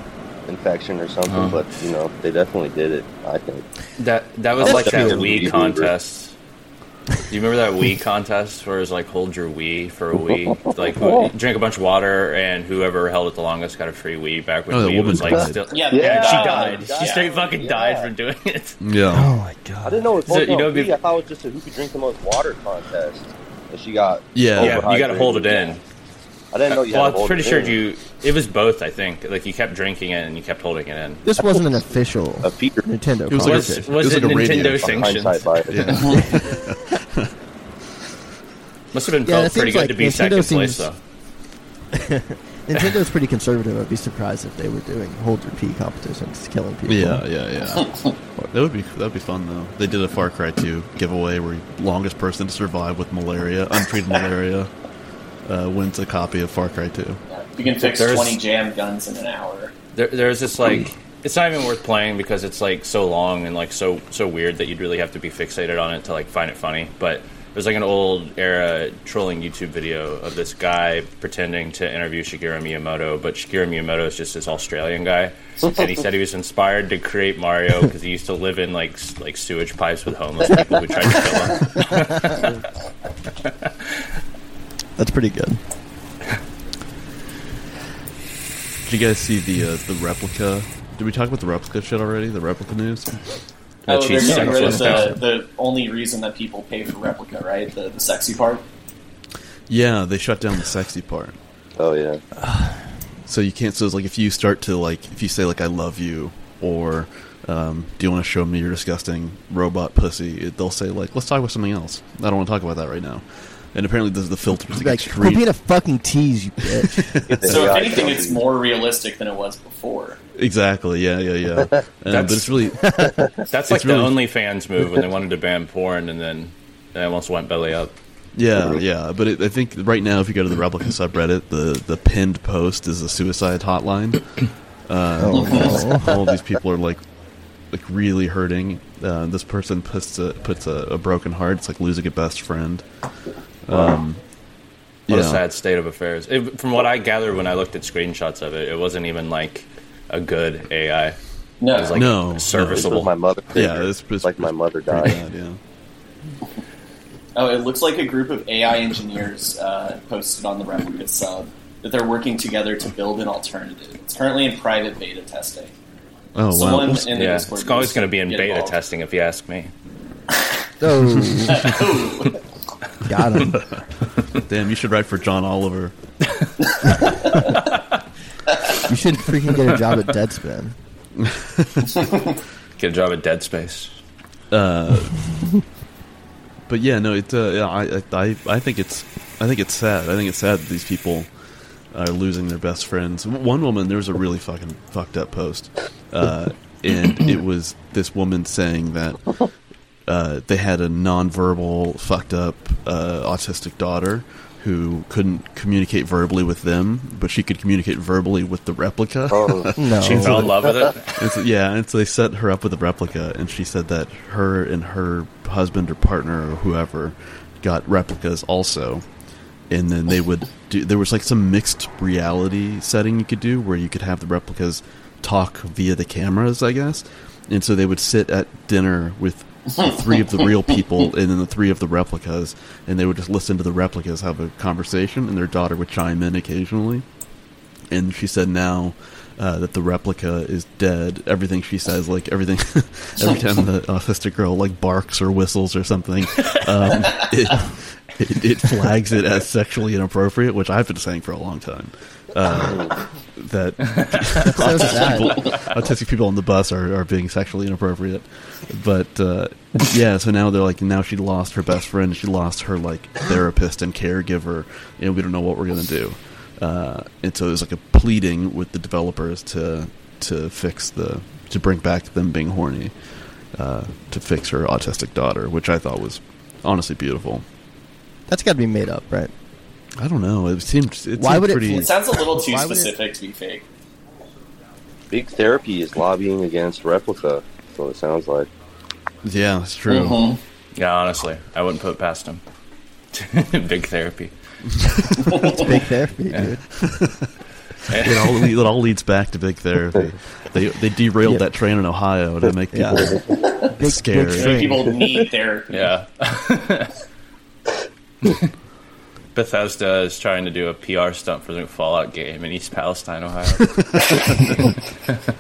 Speaker 6: infection or something.
Speaker 4: Uh.
Speaker 6: But you know, they definitely did it. I think.
Speaker 3: That that was
Speaker 6: That's
Speaker 3: like that
Speaker 6: true.
Speaker 3: Wii
Speaker 6: Wii
Speaker 3: contest. Do you remember that Wii contest where it was like hold your Wii for a Wii, like who- drink a bunch of water, and whoever held it the longest got a free Wii back when
Speaker 4: Oh, that
Speaker 3: Wii was
Speaker 4: woman
Speaker 3: like
Speaker 4: died.
Speaker 3: still
Speaker 5: Yeah,
Speaker 6: Yeah,
Speaker 3: she
Speaker 5: that
Speaker 3: died.
Speaker 5: woman
Speaker 3: She
Speaker 5: died.
Speaker 3: straight fucking
Speaker 6: Yeah.
Speaker 3: died from doing it.
Speaker 4: Yeah.
Speaker 2: Oh my
Speaker 6: I
Speaker 2: god!
Speaker 6: didn't know it was
Speaker 3: So,
Speaker 6: called
Speaker 3: you know,
Speaker 6: no,
Speaker 3: be-
Speaker 6: I thought it was just a who could drink the most water contest. And she got.
Speaker 4: Yeah.
Speaker 3: Yeah, you got to hold it in.
Speaker 6: I didn't know you. had
Speaker 3: well,
Speaker 6: to
Speaker 3: I'm
Speaker 6: hold
Speaker 3: pretty
Speaker 6: it
Speaker 3: sure
Speaker 6: in.
Speaker 3: you. It was both, I think. Like you kept drinking it and you kept holding it in.
Speaker 2: This wasn't an official
Speaker 6: Uh, A feeder.
Speaker 2: Nintendo.
Speaker 4: It was like a-
Speaker 3: Was
Speaker 2: contest.
Speaker 3: was,
Speaker 4: it was
Speaker 3: it
Speaker 4: like a radio
Speaker 3: Nintendo
Speaker 4: on
Speaker 3: sanctioned?
Speaker 6: Hindsight bias.
Speaker 4: Yeah.
Speaker 3: Must have been
Speaker 2: Yeah, that
Speaker 3: felt
Speaker 2: seems
Speaker 3: pretty good
Speaker 2: like
Speaker 3: to be
Speaker 2: Nintendo
Speaker 3: second place
Speaker 2: seems-
Speaker 3: though.
Speaker 2: Nintendo's pretty conservative. I'd be surprised if they were doing hold your pee competitions, killing people.
Speaker 4: Yeah, yeah, yeah. that would be that would be fun though. They did a Far Cry 2 giveaway where you- longest person to survive with malaria, untreated malaria, uh, wins a copy of Far Cry 2.
Speaker 5: Mm-hmm. You can fix
Speaker 3: There's-
Speaker 5: 20 jam guns in an hour.
Speaker 3: There, there's this like it's not even worth playing because it's like so long and like so so weird that you'd really have to be fixated on it to like find it funny. But there's like an old era trolling YouTube video of this guy pretending to interview Shigeru Miyamoto, but Shigeru Miyamoto is just this Australian guy, and he said he was inspired to create Mario because he used to live in like s- like sewage pipes with homeless people who tried to kill him.
Speaker 2: that's pretty good.
Speaker 4: Did you guys see the uh, the replica? Did we talk about the replica shit already? The replica news?
Speaker 3: That
Speaker 5: oh, they're
Speaker 3: she's
Speaker 5: getting rid of
Speaker 3: sexual
Speaker 5: the, the only reason that people pay for replica, right? The, the sexy part.
Speaker 4: Yeah, they shut down the sexy part.
Speaker 6: Oh yeah.
Speaker 4: So you can't. So it's like if you start to like if you say like I love you or um, do you want to show me your disgusting robot pussy? It, they'll say like let's talk about something else. I don't want to talk about that right now. And apparently, there's the filters that
Speaker 2: Like
Speaker 4: get
Speaker 2: we're being
Speaker 4: screened.
Speaker 2: a fucking tease, you bitch.
Speaker 5: So
Speaker 6: Yeah,
Speaker 5: if
Speaker 6: I
Speaker 5: anything,
Speaker 6: know.
Speaker 5: it's more realistic than it was before.
Speaker 4: Exactly. Yeah. Yeah. Yeah. Uh, but it's really
Speaker 3: That's like
Speaker 4: It's really-
Speaker 3: the OnlyFans move when they wanted to ban porn and then they almost went belly up.
Speaker 4: yeah yeah. But it, I think right now, if you go to the replica subreddit, the the pinned post is a suicide hotline.
Speaker 2: oh no!
Speaker 4: all these people are like like really hurting. Uh, this person puts a puts a, a broken heart. It's like losing a best friend. Um,
Speaker 3: What a
Speaker 4: yeah.
Speaker 3: sad state of affairs. It, from what I gathered when I looked at screenshots of it, it wasn't even like a good AI.
Speaker 5: No,
Speaker 3: It was like
Speaker 4: No, no.
Speaker 6: This
Speaker 3: serviceable.
Speaker 6: was my mother.
Speaker 4: Yeah, it's- it's-
Speaker 6: like my mother
Speaker 4: Pretty bad,
Speaker 6: died.
Speaker 4: yeah.
Speaker 5: oh, it looks like a group of AI engineers uh, posted on the replica sub that they're working together to build an alternative. It's currently in private beta testing.
Speaker 4: Oh
Speaker 5: Someone
Speaker 4: wow.
Speaker 5: in the
Speaker 3: yeah,
Speaker 5: Discord
Speaker 3: it's always
Speaker 5: needs
Speaker 3: going to be in
Speaker 5: get
Speaker 3: beta
Speaker 5: involved.
Speaker 3: testing, if you ask me.
Speaker 2: Oh,
Speaker 5: Oh,
Speaker 2: got him.
Speaker 4: Damn, you should write for John Oliver.
Speaker 2: You should freaking get a job at Deadspin.
Speaker 3: Get a job at Dead Space.
Speaker 4: But yeah, no, it. Uh, yeah, I, I, I think it's, I think it's sad. I think it's sad that these people are losing their best friends. W- One woman, there was a really fucking fucked up post, uh, and it was this woman saying that uh, they had a nonverbal, fucked up, uh, autistic daughter who couldn't communicate verbally with them, but she could communicate verbally with the replica.
Speaker 6: Oh,
Speaker 2: No,
Speaker 3: She fell in love with it.
Speaker 4: And so- yeah, and so they set her up with a replica, and she said that her and her husband or partner or whoever got replicas also. And then they would do. There was like some mixed reality setting you could do where you could have the replicas talk via the cameras, I guess. And so they would sit at dinner with the three of the real people and then the three of the replicas, and they would just listen to the replicas have a conversation, and their daughter would chime in occasionally. and she said now uh, that the replica is dead. Everything she says, like everything, every time the autistic girl like barks or whistles or something, um, it, it, it flags it as sexually inappropriate, which I've been saying for a long time. Uh, that
Speaker 2: So sad.
Speaker 4: people, autistic people on the bus are, are being sexually inappropriate. But uh, yeah, so now they're like, now she lost her best friend, she lost her like therapist and caregiver, and we don't know what we're gonna do. Uh, and so there's like a pleading with the developers to to fix the to bring back them being horny uh, to fix her autistic daughter, which I thought was honestly beautiful.
Speaker 2: That's got to be made up, right?
Speaker 4: I don't know. It seemed it
Speaker 2: Why
Speaker 4: seemed
Speaker 2: would it
Speaker 4: pretty,
Speaker 5: It sounds a little too
Speaker 2: Why would it-
Speaker 5: specific to be fake.
Speaker 6: Big therapy is lobbying against replica. That's what it sounds like.
Speaker 4: Yeah, it's true.
Speaker 2: Mm-hmm.
Speaker 5: Mm-hmm.
Speaker 3: Yeah, honestly, I wouldn't put it past him. Big therapy.
Speaker 2: It's big therapy, dude.
Speaker 4: it all it all leads back to big therapy. They they derailed
Speaker 2: Yeah.
Speaker 4: that train in Ohio to make
Speaker 2: Yeah.
Speaker 4: people
Speaker 2: Big,
Speaker 4: Scary.
Speaker 2: big
Speaker 4: Make
Speaker 2: thing.
Speaker 5: People need therapy.
Speaker 3: Yeah. Bethesda is trying to do a PR stunt for the new Fallout game in East Palestine, Ohio.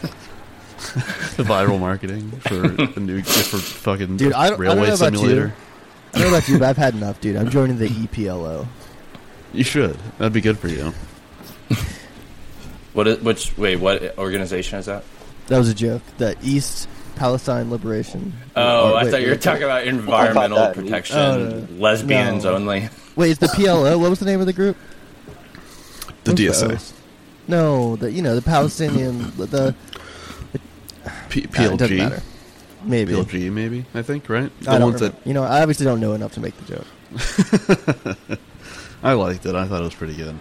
Speaker 4: the viral marketing for the new for fucking
Speaker 2: Dude, I don't- I don't
Speaker 4: railway
Speaker 2: know about you.
Speaker 4: simulator.
Speaker 2: I don't know about you, but I've had enough, dude. I'm joining the E EPLO.
Speaker 4: You. should. That'd be good for you.
Speaker 3: What? Is, which? Wait, what organization is that?
Speaker 2: That was a joke. The East Palestine Liberation.
Speaker 3: Oh,
Speaker 2: Or-
Speaker 3: I
Speaker 2: wait,
Speaker 3: thought you were
Speaker 2: wait,
Speaker 3: talking about environmental
Speaker 6: that-
Speaker 3: protection,
Speaker 2: Oh, no, no.
Speaker 3: lesbians
Speaker 2: No.
Speaker 3: only.
Speaker 2: Wait, it's the PLO. What was the name of the group?
Speaker 4: The
Speaker 2: Who's
Speaker 4: DSA,
Speaker 2: those? No, the you know the Palestinian the
Speaker 4: P-
Speaker 2: Ah, it doesn't
Speaker 4: PLG,
Speaker 2: matter. Maybe
Speaker 4: PLG, maybe I think right. The
Speaker 2: I don't
Speaker 4: ones
Speaker 2: remember. you know I obviously don't know enough to make the joke.
Speaker 4: that I liked it. I thought it was pretty good.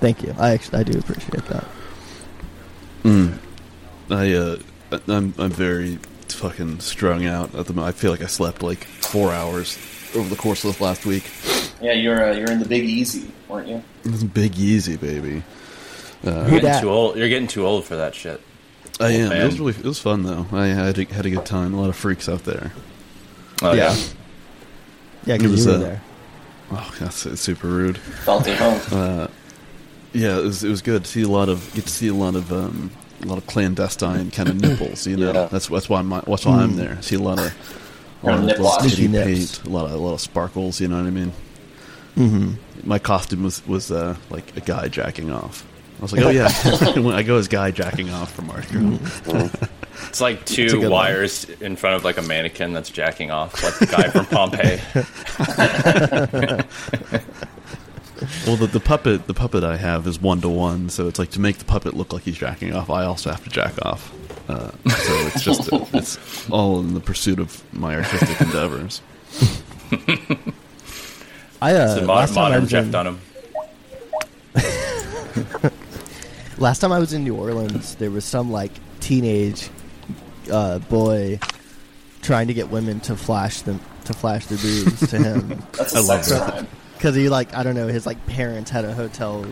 Speaker 2: Thank you. I actually I do appreciate that.
Speaker 4: I uh, I'm I'm very fucking strung out at the moment. I feel like I slept like four hours over the course of this last week.
Speaker 5: Yeah, you're uh, you're in the Big Easy, weren't you?
Speaker 4: It's Big Easy, baby. Uh,
Speaker 2: Who
Speaker 3: You're getting
Speaker 2: dat?
Speaker 3: too old. You're getting too old for that shit.
Speaker 4: I am. Oh, It was
Speaker 3: man.
Speaker 4: really. It was fun though. I had a, had a good time. A lot of freaks out there.
Speaker 3: Oh, yeah.
Speaker 2: Yeah,
Speaker 4: It was,
Speaker 2: because you were
Speaker 4: uh,
Speaker 2: there.
Speaker 4: Oh, that's it's super rude.
Speaker 5: Felt at home.
Speaker 3: Uh,
Speaker 4: Yeah, it was. It was good to see a lot of. Get to see a lot of. Um, a lot of clandestine kind of nipples. You know.
Speaker 6: Yeah.
Speaker 4: That's that's why I'm. That's why I'm there. See a lot of. A lot
Speaker 5: Kinda
Speaker 4: of
Speaker 5: nip
Speaker 4: little
Speaker 5: watch.
Speaker 4: kitty
Speaker 2: Hmm. Sneaky nips.
Speaker 4: paint. A lot of a lot of sparkles. You know what I mean. Mm-hmm. My costume was was uh, like a guy jacking off. I was like, oh yeah, When I go as guy jacking off from Mardi Gras.
Speaker 2: Mm-hmm.
Speaker 3: It's like
Speaker 4: a good
Speaker 3: two
Speaker 4: one.
Speaker 3: wires in front of like a mannequin that's jacking off, like the guy from Pompeii.
Speaker 4: Well, the, the puppet the puppet I have is one to one, so it's like to make the puppet look like he's jacking off. I also have to jack off, uh, so it's just it's all in the pursuit of my artistic endeavors.
Speaker 2: I uh,
Speaker 3: The
Speaker 2: last time I
Speaker 3: modern, modern
Speaker 2: was
Speaker 3: Jeff
Speaker 2: in-
Speaker 3: Dunham.
Speaker 2: Last time I was in New Orleans, there was some like teenage uh, boy trying to get women to flash them to flash their boobs to him
Speaker 5: That's a
Speaker 4: I love
Speaker 5: sex
Speaker 4: that.
Speaker 5: crime.
Speaker 2: because he like I don't know his like parents had a hotel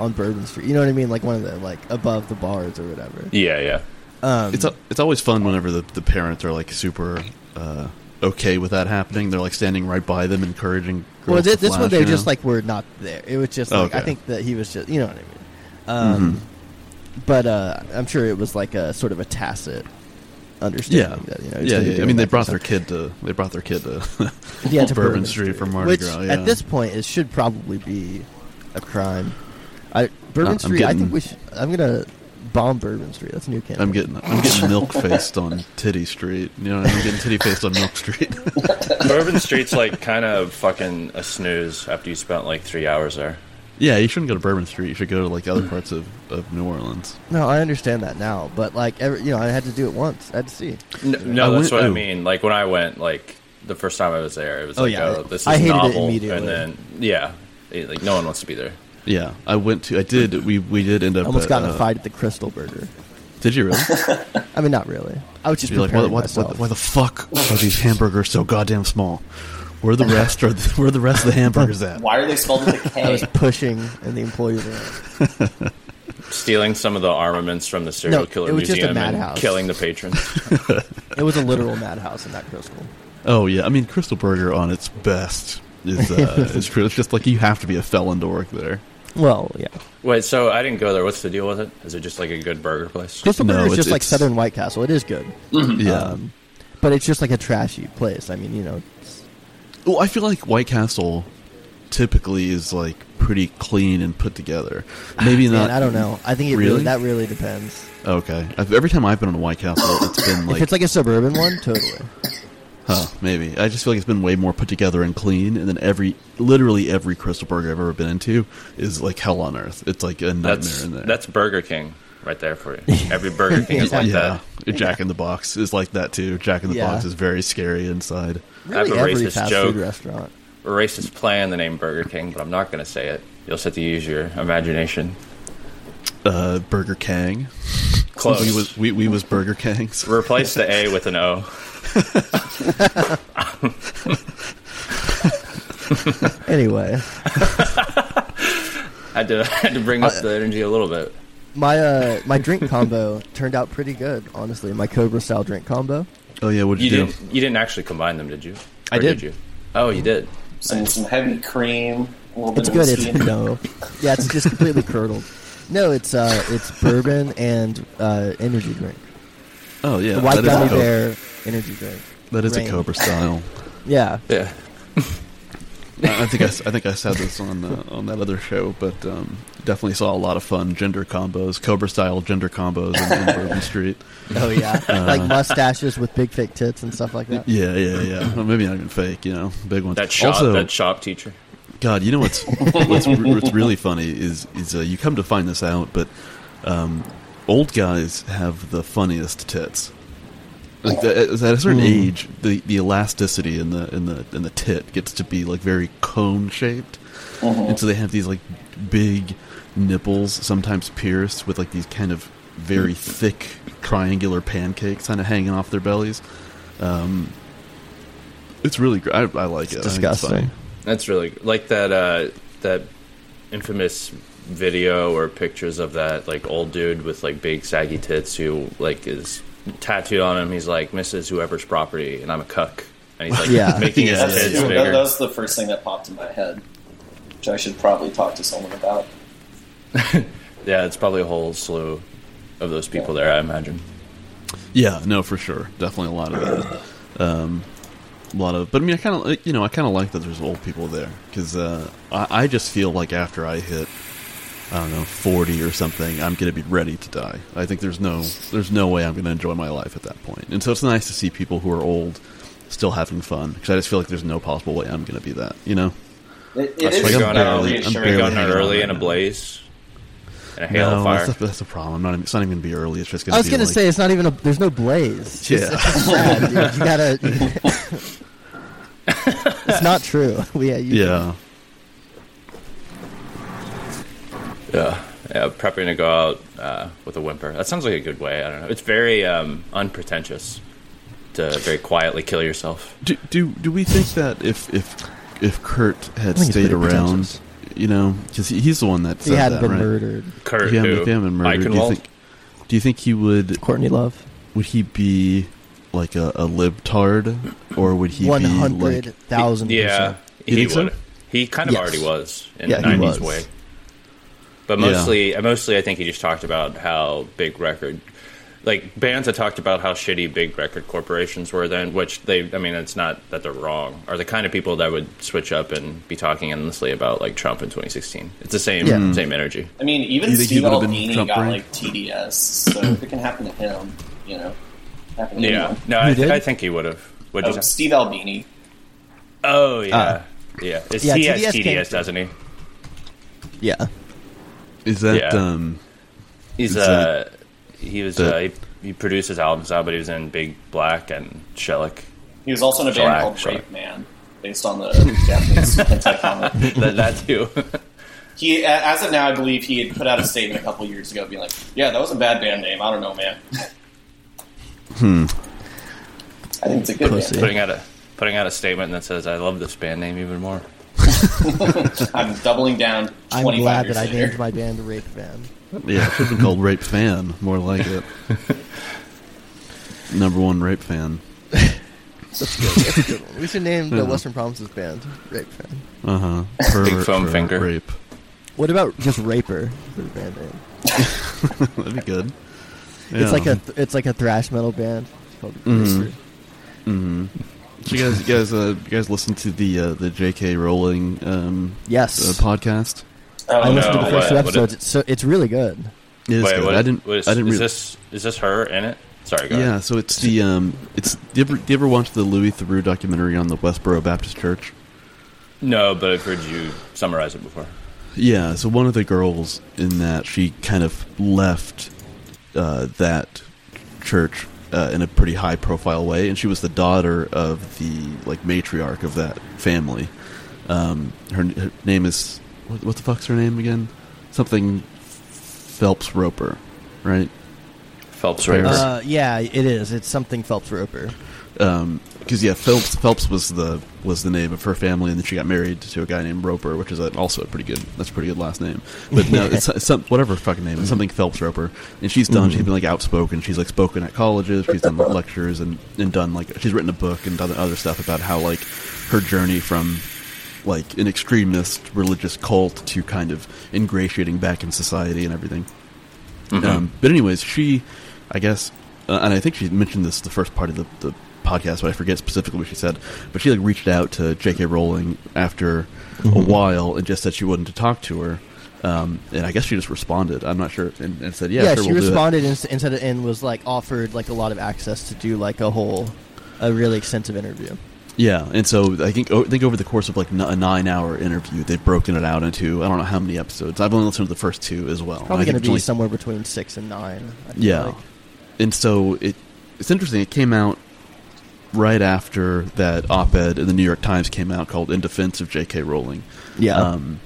Speaker 2: on Bourbon Street. You know what I mean? Like one of the like above the bars or whatever.
Speaker 3: Yeah, yeah.
Speaker 2: Um,
Speaker 4: It's a, it's always fun whenever the, the parents are like super uh, okay with that happening. They're like standing right by them, encouraging. Girls
Speaker 2: well, this,
Speaker 4: to
Speaker 2: this
Speaker 4: flash,
Speaker 2: one they
Speaker 4: you know?
Speaker 2: just like were not there. It was just like I
Speaker 4: Okay. Mm-hmm.
Speaker 2: think that he was just you know what I mean. Um, But uh, I'm sure it was like a sort of a tacit
Speaker 4: yeah,
Speaker 2: understanding that you know. he's
Speaker 4: yeah,
Speaker 2: gonna be
Speaker 4: yeah. I
Speaker 2: doing
Speaker 4: mean, they
Speaker 2: that for
Speaker 4: brought
Speaker 2: some-
Speaker 4: their kid to they brought their kid to
Speaker 2: yeah, to
Speaker 4: Bourbon Street for Mardi
Speaker 2: which
Speaker 4: Gras, yeah.
Speaker 2: At this point, it should probably be a crime. I Bourbon
Speaker 4: Uh, I'm
Speaker 2: Street. I
Speaker 4: getting-
Speaker 2: think we should. I'm gonna bomb Bourbon Street. That's a new campaign.
Speaker 4: I'm getting I'm getting milk faced on Titty Street. You know, what I mean? I'm getting titty faced on Milk Street.
Speaker 3: Bourbon Street's like kind of fucking a snooze after you spent like three hours there.
Speaker 4: Yeah, you shouldn't go to Bourbon Street. You should go to like other parts of, of New Orleans.
Speaker 2: no, I understand that now, but like, every, you know, I had to do it once. I had to see.
Speaker 3: No, no
Speaker 4: I
Speaker 3: that's
Speaker 4: went-
Speaker 3: what I
Speaker 4: ooh.
Speaker 3: mean. Like when I went, like the first time I was there, it was
Speaker 2: Oh,
Speaker 3: like,
Speaker 2: yeah.
Speaker 3: oh, this is
Speaker 2: I hated it
Speaker 3: novel,
Speaker 2: immediately.
Speaker 3: and then yeah, it- like no one wants to be there.
Speaker 4: Yeah, I went to. I did. We we did end up.
Speaker 2: Almost
Speaker 4: at,
Speaker 2: got in
Speaker 4: uh,
Speaker 2: a fight at the Crystal Burger.
Speaker 4: Did you really?
Speaker 2: I mean, not really. I was just
Speaker 4: You're like, why,
Speaker 2: preparing
Speaker 4: why, why,
Speaker 2: myself.
Speaker 4: why the fuck are these hamburgers so goddamn small? Where the rest are? The, where the rest of the hamburgers at?
Speaker 5: Why are they spelled with a
Speaker 2: I
Speaker 5: K?
Speaker 2: was pushing in the employee room.
Speaker 3: Stealing some of the armaments from the serial
Speaker 2: No,
Speaker 3: killer
Speaker 2: it was just a
Speaker 3: museum and
Speaker 2: madhouse.
Speaker 3: killing the patrons.
Speaker 2: It was a literal madhouse in that Crystal.
Speaker 4: Oh yeah, I mean Crystal Burger on its best is uh, is true. It's just like you have to be a felon to work there.
Speaker 2: Well, yeah.
Speaker 3: Wait, so I didn't go there. What's the deal with it? Is it just like a good burger place?
Speaker 2: Crystal
Speaker 4: No,
Speaker 2: Burger is
Speaker 4: it's-
Speaker 2: just like
Speaker 4: it's-
Speaker 2: Southern White Castle. It is good,
Speaker 4: Yeah.
Speaker 2: um, but it's just like a trashy place. I mean, you know, it's,
Speaker 4: well, I feel like White Castle typically is like pretty clean and put together. Maybe
Speaker 2: Ah, man,
Speaker 4: not.
Speaker 2: I don't know. I think it
Speaker 4: Really?
Speaker 2: really that really depends.
Speaker 4: Okay. I've, every time I've been on a White Castle, it's been
Speaker 2: if
Speaker 4: like,
Speaker 2: it's like a suburban one, totally.
Speaker 4: huh, maybe. I just feel like it's been way more put together and clean. And then every, literally every Crystal Burger I've ever been into is like hell on earth. It's like a nightmare
Speaker 3: That's
Speaker 4: in there.
Speaker 3: that's Burger King right there for you. Every Burger King is like
Speaker 4: yeah.
Speaker 3: that.
Speaker 4: Jack in the Box is like that too. Jack in the
Speaker 2: Yeah.
Speaker 4: Box is very scary inside.
Speaker 3: I have
Speaker 2: Really,
Speaker 3: a
Speaker 2: every
Speaker 3: racist
Speaker 2: fast
Speaker 3: joke.
Speaker 2: food restaurant.
Speaker 3: A racist play on the name Burger King, but I'm not going to say it. You'll just have to use your imagination.
Speaker 4: Uh, Burger Kang.
Speaker 3: Close.
Speaker 4: We was we, we was Burger Kangs.
Speaker 3: Replace the A with an O.
Speaker 2: Anyway,
Speaker 3: I had to, I had to bring up
Speaker 2: Uh,
Speaker 3: the energy a little bit.
Speaker 2: my uh, my drink combo turned out pretty good. Honestly, my Cobra style drink combo.
Speaker 4: Oh yeah, what'd
Speaker 3: You
Speaker 4: you, do?
Speaker 3: didn't you didn't actually combine them, did you?
Speaker 2: I
Speaker 3: Or
Speaker 2: did.
Speaker 3: you? Oh, you did.
Speaker 5: Some some heavy cream, a little
Speaker 2: It's
Speaker 5: bit of
Speaker 2: good.
Speaker 5: whiskey.
Speaker 2: It's no, yeah, it's just completely curdled. No, it's uh, it's bourbon and uh, energy drink.
Speaker 4: Oh yeah,
Speaker 2: The white
Speaker 4: that is, a
Speaker 2: gummy
Speaker 4: co-
Speaker 2: bear energy drink.
Speaker 4: that is a
Speaker 2: Rain.
Speaker 4: Cobra style.
Speaker 2: Yeah,
Speaker 3: Yeah.
Speaker 4: I I think I, s- I think I said this on uh, on that other show, but um, definitely saw a lot of fun gender combos, Cobra style gender combos in, in Bourbon Street.
Speaker 2: Oh yeah, like mustaches with big fake tits and stuff like that.
Speaker 4: Uh-huh. Yeah, yeah, yeah. Well, maybe not even fake, you know, big ones.
Speaker 3: That shop
Speaker 4: also,
Speaker 3: that shop teacher.
Speaker 4: God, you know what's what's, re- what's really funny is is uh, you come to find this out, but um, old guys have the funniest tits. Like the, at a certain age, the, the elasticity in the in the in the tit gets to be like very cone shaped, and so they have these like big nipples, sometimes pierced with like these kind of very thick triangular pancakes kind of hanging off their bellies. Um, it's really great. I, I like it. I think
Speaker 2: disgusting.
Speaker 4: funny.
Speaker 3: That's really like that uh that infamous video or pictures of that like old dude with like big saggy tits who like is tattooed on him. He's like Mrs. Whoever's property and I'm a cuck. And he's like
Speaker 2: Yeah.
Speaker 3: making his
Speaker 4: Yeah,
Speaker 5: That's,
Speaker 3: tits
Speaker 5: that-
Speaker 3: bigger.
Speaker 5: that's the first thing that popped in my head, which I should probably talk to someone about.
Speaker 3: Yeah, it's probably a whole slew of those people there, I imagine.
Speaker 4: Yeah, no, for sure, definitely a lot of that. Um, a lot of, but I mean, I kind of, you know, I kind of like that there's old people there because uh, I, I just feel like after I hit, I don't know, forty or something, I'm gonna be ready to die. I think there's no, there's no way I'm gonna enjoy my life at that point, and so it's nice to see people who are old still having fun because I just feel like there's no possible way I'm gonna be that, you know.
Speaker 5: It, it
Speaker 3: That's
Speaker 5: is
Speaker 3: why I'm
Speaker 5: kind of
Speaker 3: barely- I'm
Speaker 5: reassuring.
Speaker 4: barely
Speaker 3: Going out
Speaker 4: hanging on
Speaker 3: early
Speaker 4: right
Speaker 3: in a
Speaker 4: now.
Speaker 3: blaze and a hail of
Speaker 4: no, that's
Speaker 3: fire.
Speaker 4: the, that's the problem. I'm not. even- It's not even gonna be early. It's just gonna.
Speaker 2: I was
Speaker 4: be
Speaker 2: gonna
Speaker 4: like-
Speaker 2: say it's not even a. There's no blaze.
Speaker 4: Yeah.
Speaker 2: Sad, dude. You gotta. it's not true. Yeah. You,
Speaker 4: yeah.
Speaker 3: Yeah, yeah, prepping to go out uh, with a whimper. That sounds like a good way. I don't know. It's very um, unpretentious to very quietly kill yourself.
Speaker 4: Do, do do we think that if if if Kurt had
Speaker 2: think it's
Speaker 4: stayed
Speaker 2: pretty
Speaker 4: around,
Speaker 2: pretentious.
Speaker 4: you know, because he, he's the one that
Speaker 2: He
Speaker 4: said
Speaker 2: had
Speaker 4: that,
Speaker 2: been
Speaker 4: right?
Speaker 2: murdered.
Speaker 3: Kurt,
Speaker 4: If he hadn't-
Speaker 3: who?
Speaker 4: if he hadn't been murdered, do you
Speaker 3: Eichenwald?
Speaker 4: think do you think he would
Speaker 2: Courtney Love.
Speaker 4: would he be like a, a libtard or would he
Speaker 2: One
Speaker 4: be like
Speaker 2: hundred thousand.
Speaker 3: yeah, he
Speaker 4: You think so?
Speaker 3: would. He kind of
Speaker 2: Yes.
Speaker 3: already was in
Speaker 2: Yeah,
Speaker 3: the
Speaker 2: he
Speaker 3: '90s
Speaker 2: was.
Speaker 3: way. But
Speaker 4: Yeah.
Speaker 3: mostly, uh, mostly, I think he just talked about how big record, like bands had talked about how shitty big record corporations were then. Which they, I mean, it's not that they're wrong. Are the kind of people that would switch up and be talking endlessly about like Trump in 2016. It's the same,
Speaker 2: Yeah.
Speaker 3: same energy.
Speaker 5: I mean, even
Speaker 4: You think he
Speaker 5: Steve
Speaker 4: would've been
Speaker 5: Albini
Speaker 4: Trump
Speaker 5: got
Speaker 4: brain?
Speaker 5: like TDS, so if it can happen to him, you know, happen to
Speaker 3: Yeah,
Speaker 5: anyone.
Speaker 3: no, I,
Speaker 2: Who
Speaker 3: th-
Speaker 2: did?
Speaker 3: I think he would have. What
Speaker 5: Oh, Steve Albini.
Speaker 3: Oh yeah,
Speaker 2: Uh,
Speaker 3: yeah. It's,
Speaker 2: yeah,
Speaker 3: he has
Speaker 2: TDS came
Speaker 3: TDS,
Speaker 2: from-
Speaker 3: doesn't he?
Speaker 2: Yeah.
Speaker 4: is that
Speaker 3: Yeah.
Speaker 4: um
Speaker 3: He's
Speaker 4: It's,
Speaker 3: uh, he was
Speaker 4: the-
Speaker 3: uh, he, he produced his albums out, but he was in Big Black and Shellac.
Speaker 5: He was also in a band
Speaker 3: Shellac,
Speaker 5: called
Speaker 3: shellac.
Speaker 5: Rape Man, based on the Japanese hentai comic.
Speaker 3: that, that too.
Speaker 5: He, a- as of now, I believe he had put out a statement a couple years ago, being like, "Yeah, that was a bad band name. I don't know, man."
Speaker 4: Hmm.
Speaker 5: Hmm. I think it's a good
Speaker 2: Pussy.
Speaker 5: band.
Speaker 3: putting out a putting out a statement that says, "I love this band name even more."
Speaker 5: I'm doubling down.
Speaker 2: I'm
Speaker 5: 25
Speaker 2: glad
Speaker 5: years
Speaker 2: that I
Speaker 5: later.
Speaker 2: named my band Rape Van.
Speaker 4: yeah it should have been called rape fan more like it number one rape fan
Speaker 2: That's good. That's a good one. Hmm. We should name the Western Promises band Rape Van.
Speaker 4: uh huh pervert
Speaker 3: foam
Speaker 4: for
Speaker 3: finger.
Speaker 4: rape
Speaker 2: What about just Raper for the band name?
Speaker 4: That'd be good.
Speaker 2: It's like a th- it's like a thrash metal band. It's called Raper.
Speaker 4: So you guys, you guys, uh, you guys listen to the uh, the J.K. Rowling um,
Speaker 2: Yes.
Speaker 4: uh, podcast.
Speaker 5: Oh,
Speaker 2: I listened
Speaker 3: no,
Speaker 2: to the first two
Speaker 3: what- what
Speaker 2: episodes.
Speaker 3: is-
Speaker 2: It's so it's really good.
Speaker 4: It is good.
Speaker 3: what-
Speaker 4: I didn't.
Speaker 3: what is-
Speaker 4: I didn't.
Speaker 3: is
Speaker 4: really-
Speaker 3: this is this her in it? Sorry, go
Speaker 4: yeah.
Speaker 3: ahead.
Speaker 4: So it's the um. It's do you ever, do you ever watch the Louis Theroux documentary on the Westboro Baptist Church?
Speaker 3: No, but I've heard you summarize it before.
Speaker 4: Yeah, so one of the girls in that she kind of left uh, that church uh, in a pretty high profile way, and she was the daughter of the like matriarch of that family. Um, her, her name is what, what the fuck's her name again? Something Phelps Roper, right?
Speaker 3: Phelps
Speaker 4: Fair.
Speaker 3: right?
Speaker 4: Raper.
Speaker 2: Uh, yeah, it is. It's something Phelps Roper.
Speaker 4: because yeah, Phelps Phelps was the was the name of her family, and then she got married to a guy named Roper, which is a, also a pretty good that's a pretty good last name. But no, it's, it's some whatever her fucking name, it's something Phelps Roper, and she's done. She's been like outspoken. She's like spoken at colleges. She's done like, lectures and and done like she's written a book and done other stuff about how like her journey from like an extremist religious cult to kind of ingratiating back in society and everything.
Speaker 2: Mm-hmm.
Speaker 4: Um, but anyways, she, I guess, uh, and I think she mentioned this the first part of the, the podcast, but I forget specifically what she said. But she like reached out to J.K. Rowling after a
Speaker 2: Mm-hmm.
Speaker 4: while and just said she wanted to talk to her. Um, and I guess she just responded. I'm not sure, and, and said, "Yeah,
Speaker 2: Yeah,
Speaker 4: sure,
Speaker 2: she
Speaker 4: we'll do that."
Speaker 2: responded and, s- and said and was like offered like a lot of access to do like a whole, a really extensive interview.
Speaker 4: Yeah, and so I think I think over the course of like n- a nine hour interview, they've broken it out into I don't know how many episodes. I've only listened to the first two as well.
Speaker 2: Probably
Speaker 4: I think
Speaker 2: going to
Speaker 4: it's
Speaker 2: be
Speaker 4: only-
Speaker 2: somewhere between six and nine. I feel
Speaker 4: Yeah,
Speaker 2: like.
Speaker 4: and so it it's interesting. It came out right after that op-ed in the New York Times came out called "In Defense of J.K. Rowling."
Speaker 2: yeah.
Speaker 4: um,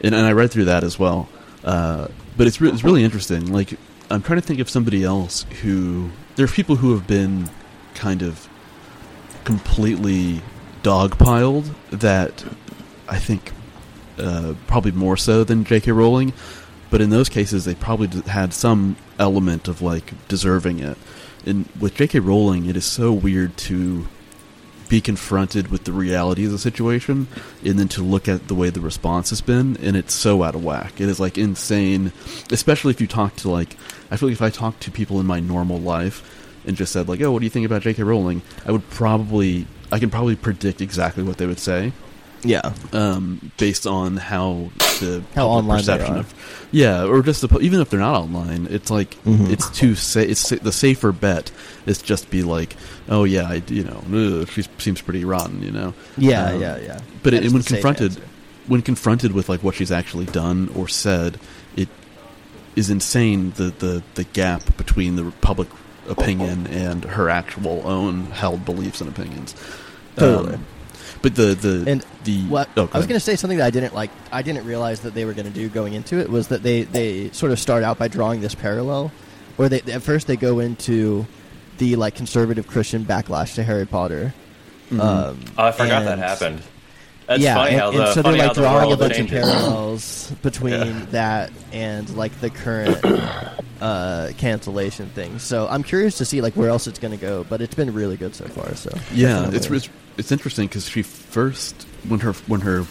Speaker 4: and, and I read through that as well. Uh, but it's re- it's really interesting. Like I'm trying to think of somebody else who there's people who have been kind of completely dogpiled that I think uh, probably more so than J.K. Rowling. But in those cases, they probably d- had some element of like deserving it. And with J.K. Rowling, it is so weird to be confronted with the reality of the situation and then to look at the way the response has been and it's so out of whack it is like insane especially if you talk to like i feel like if i talked to people in my normal life and just said like oh what do you think about jk rowling i would probably i can probably predict exactly what they would say
Speaker 2: yeah.
Speaker 4: um, based on how the
Speaker 2: How
Speaker 4: public
Speaker 2: online they
Speaker 4: perception
Speaker 2: are.
Speaker 4: of yeah, or just the, pu- even if they're not online, it's like
Speaker 2: Mm-hmm.
Speaker 4: it's too sa- it's sa- the safer bet is just be like, oh yeah, I, you know, ugh, she seems pretty rotten, you know,
Speaker 2: Yeah,
Speaker 4: Um,
Speaker 2: yeah, yeah.
Speaker 4: But
Speaker 2: That
Speaker 4: it,
Speaker 2: is
Speaker 4: when
Speaker 2: the safe
Speaker 4: confronted,
Speaker 2: answer.
Speaker 4: when confronted with like what she's actually done or said, it is insane the the the gap between the public opinion and her actual own held beliefs and opinions. Um,
Speaker 2: Totally.
Speaker 4: but the the
Speaker 2: And
Speaker 4: the
Speaker 2: what
Speaker 4: oh, go
Speaker 2: I was
Speaker 4: ahead.
Speaker 2: going to say something that I didn't like. I didn't realize that they were going to do going into it was that they they sort of start out by drawing this parallel, where they at first they go into the like conservative Christian backlash to Harry Potter.
Speaker 4: Mm-hmm.
Speaker 2: Um,
Speaker 3: Oh, I forgot that
Speaker 2: and-
Speaker 3: happened. That's
Speaker 2: yeah,
Speaker 3: funny
Speaker 2: and,
Speaker 3: how
Speaker 2: and
Speaker 3: the
Speaker 2: so they're
Speaker 3: funny
Speaker 2: like
Speaker 3: how the
Speaker 2: drawing a
Speaker 3: world
Speaker 2: bunch of
Speaker 3: changes.
Speaker 2: parallels between
Speaker 3: Yeah.
Speaker 2: that and like the current uh, cancellation thing. So I'm curious to see like where else it's going to go, but it's been really good so far. So
Speaker 4: Yeah,
Speaker 2: definitely.
Speaker 4: it's, it's it's interesting because she first when her when her,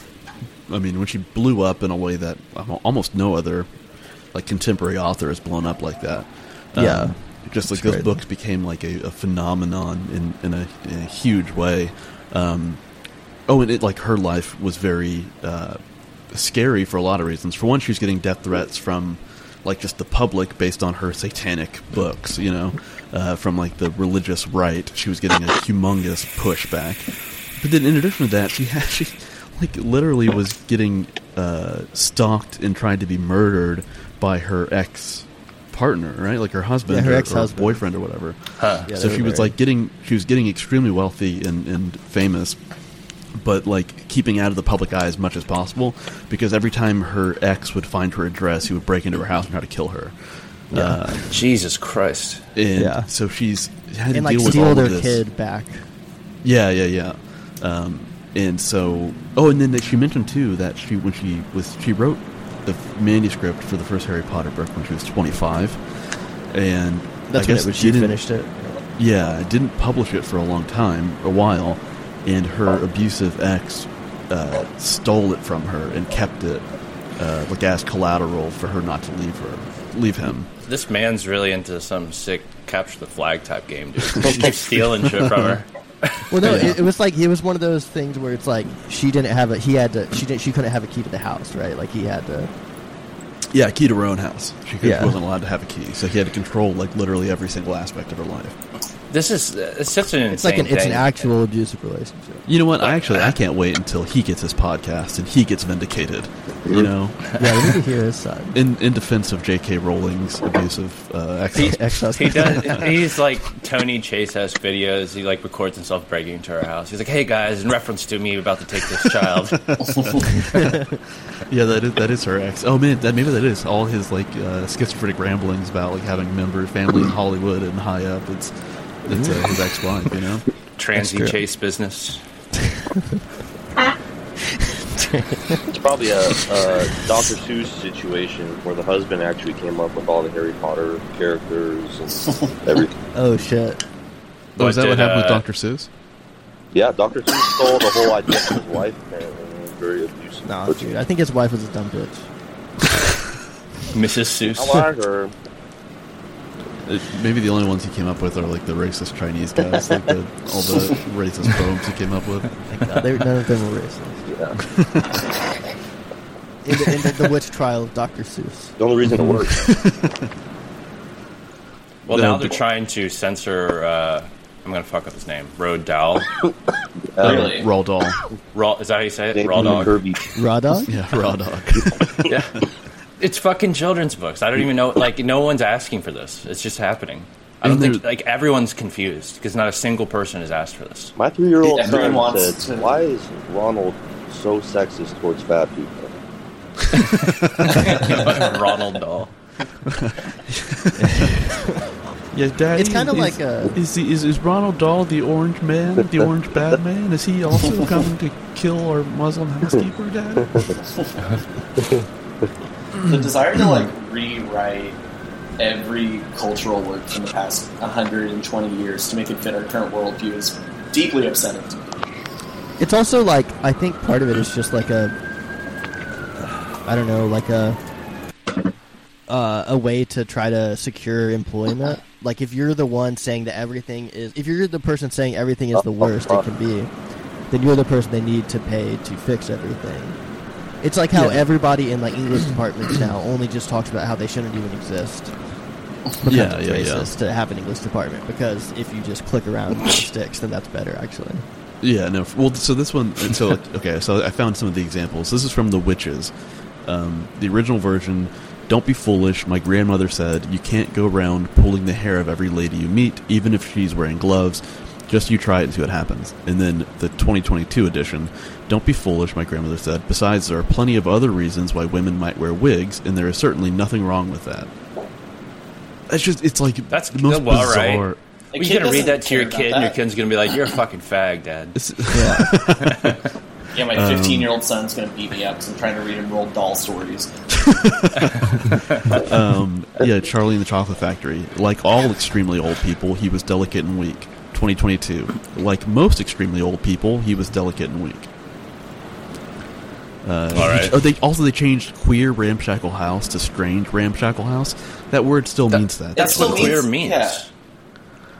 Speaker 4: I mean when she blew up in a way that al- almost no other, like contemporary author has blown up like that. Um,
Speaker 2: Yeah.
Speaker 4: just like
Speaker 2: It's
Speaker 4: those
Speaker 2: crazy.
Speaker 4: books became like a, a phenomenon in in a, in a huge way. Um, oh, and it like her life was very uh, scary for a lot of reasons. For one, she was getting death threats from like just the public based on her satanic books, you know, uh, from like the religious right. She was getting a humongous pushback. But then, in addition to that, she had she like literally was getting uh, stalked and tried to be murdered by her ex partner, right? Like her husband,
Speaker 2: Yeah, her
Speaker 4: or- or
Speaker 2: ex-husband.
Speaker 4: boyfriend, or whatever.
Speaker 2: Yeah,
Speaker 4: so
Speaker 2: they
Speaker 4: she
Speaker 2: were
Speaker 4: was
Speaker 2: very-
Speaker 4: like getting she was getting extremely wealthy and, and famous but like keeping out of the public eye as much as possible because every time her ex would find her address he would break into her house and try to kill her uh,
Speaker 3: Jesus Christ.
Speaker 4: and
Speaker 2: Yeah.
Speaker 4: so she's had to
Speaker 2: and like
Speaker 4: deal with
Speaker 2: steal
Speaker 4: all
Speaker 2: their
Speaker 4: of this.
Speaker 2: kid back.
Speaker 4: Yeah, yeah, yeah. Um, and so, oh, and then that she mentioned too that she when she was she wrote the f- manuscript for the first Harry Potter book when she was twenty five, and
Speaker 2: That's
Speaker 4: I
Speaker 2: when
Speaker 4: guess
Speaker 2: it was she
Speaker 4: didn't-
Speaker 2: finished it.
Speaker 4: Yeah, didn't publish it for a long time, a while, and her abusive ex uh, stole it from her and kept it uh, like ask collateral for her not to leave her, leave him.
Speaker 3: This man's really into some sick capture the flag type game, dude. He keeps stealing shit from her.
Speaker 2: Well, no, it, it was like it was one of those things where it's like she didn't have a he had to she didn't she couldn't have a key to the house, right? Like he had to.
Speaker 4: Yeah, key to her own house. She could,
Speaker 2: Yeah.
Speaker 4: wasn't allowed to have a key, so he had to control like literally every single aspect of her life.
Speaker 3: This is uh, it's such an insane
Speaker 2: It's like an it's an
Speaker 3: thing.
Speaker 2: actual abusive relationship.
Speaker 4: You know what? I actually I can't wait until he gets his podcast and he gets vindicated. You know,
Speaker 2: Yeah, we need to hear his side.
Speaker 4: in in defense of J.K. Rowling's abusive uh,
Speaker 3: He,
Speaker 4: access.
Speaker 3: he does. He's like Tony Chase has videos. He like records himself breaking into her house. He's like, "Hey guys, in reference to me about to take this child."
Speaker 4: Yeah, that is, that is her ex. Oh man, that maybe that is all his like uh, schizophrenic ramblings about like having member family in Hollywood and high up. It's it's uh, his ex-wife, you know.
Speaker 3: Transy Chase business.
Speaker 6: It's probably a, a Dr. Seuss situation where the husband actually came up with all the Harry Potter characters and everything.
Speaker 2: Oh shit!
Speaker 4: Oh,
Speaker 3: But
Speaker 4: is that what
Speaker 3: did,
Speaker 4: happened with
Speaker 3: uh,
Speaker 4: Dr. Seuss?
Speaker 6: Yeah, Dr. Seuss stole the whole idea from his wife, apparently. and was Very abusive.
Speaker 2: Nah,
Speaker 6: But
Speaker 2: dude, I think his wife was a dumb bitch.
Speaker 3: Mrs.
Speaker 6: I
Speaker 3: Seuss.
Speaker 6: like her.
Speaker 4: Uh, Maybe the only ones he came up with are like the racist Chinese guys, like the, all the racist poems he came up with.
Speaker 2: Uh, they, none of them were racist.
Speaker 6: Yeah.
Speaker 2: In the, in the, the witch trial of Dr. Seuss.
Speaker 6: The only reason it uh, worked.
Speaker 3: Well,
Speaker 4: The-
Speaker 3: now they're trying to censor. Uh, I'm gonna fuck up his name. Road Dahl.
Speaker 6: Uh,
Speaker 5: Really?
Speaker 4: Raw doll.
Speaker 3: Raw, is that how you say it?
Speaker 6: David
Speaker 3: Raw dog.
Speaker 6: Kirby.
Speaker 2: Raw dog?
Speaker 4: Yeah, raw dog.
Speaker 3: Yeah. It's fucking children's books. I don't even know. Like, no one's asking for this. It's just happening. I don't
Speaker 4: Isn't
Speaker 3: think
Speaker 4: there-
Speaker 3: like everyone's confused because not a single person has asked for this.
Speaker 6: My three year old
Speaker 5: Everyone
Speaker 6: son
Speaker 5: wants
Speaker 6: said,
Speaker 5: to-
Speaker 6: Why is Ronald so sexist towards fat people?
Speaker 3: Ronald Dahl.
Speaker 4: Yeah, daddy.
Speaker 2: It's kinda
Speaker 4: is-
Speaker 2: like a-
Speaker 4: Is, the, is is Ronald Dahl the orange man, the orange bad man? Is he also coming to kill our Muslim housekeeper, Daddy?
Speaker 5: the desire to like rewrite every cultural work from the past 120 years to make it fit our current worldview is deeply upsetting to me.
Speaker 2: It's also like, I think part of it is just like a. I don't know, like a. Uh, a way to try to secure employment. Like, if you're the one saying that everything is. If you're the person saying everything is the worst it can be, then you're the person they need to pay to fix everything. It's like how everybody in like English departments now only just talks about how they shouldn't even exist. Because
Speaker 4: Yeah,
Speaker 2: it's
Speaker 4: yeah, yeah.
Speaker 2: racist to have an English department because if you just click around and it sticks, then that's better actually.
Speaker 4: Yeah, no. f- Well, so this one, and so okay, so I found some of the examples. This is from The Witches, um, the original version. Don't be foolish. My grandmother said you can't go around pulling the hair of every lady you meet, even if she's wearing gloves. Just you try it and see what happens. And then the 2022 edition. Don't be foolish. My grandmother said. Besides, there are plenty of other reasons why women might wear wigs, and there is certainly nothing wrong with that. That's just it's like
Speaker 3: That's
Speaker 4: the most
Speaker 3: well, right.
Speaker 4: bizarre.
Speaker 5: A
Speaker 3: Well,
Speaker 5: kid
Speaker 3: You're gonna read
Speaker 5: doesn't
Speaker 3: that to your
Speaker 5: care about
Speaker 3: kid, and your
Speaker 5: that.
Speaker 3: kid's gonna be like, "You're a fucking fag, dad."
Speaker 4: It's,
Speaker 5: Yeah, my
Speaker 2: Um,
Speaker 5: 15 year old son's going to beat me up because I'm trying to read him old doll stories.
Speaker 4: Um, yeah, Charlie in the Chocolate Factory. Like all extremely old people, he was delicate and weak. 2022. Like most extremely old people, he was delicate and weak. Uh,
Speaker 3: All right.
Speaker 4: oh, they, also, they changed queer ramshackle house to strange ramshackle house. That word still means that.
Speaker 3: That's what
Speaker 5: still
Speaker 3: queer
Speaker 5: means-
Speaker 3: means.
Speaker 5: yeah.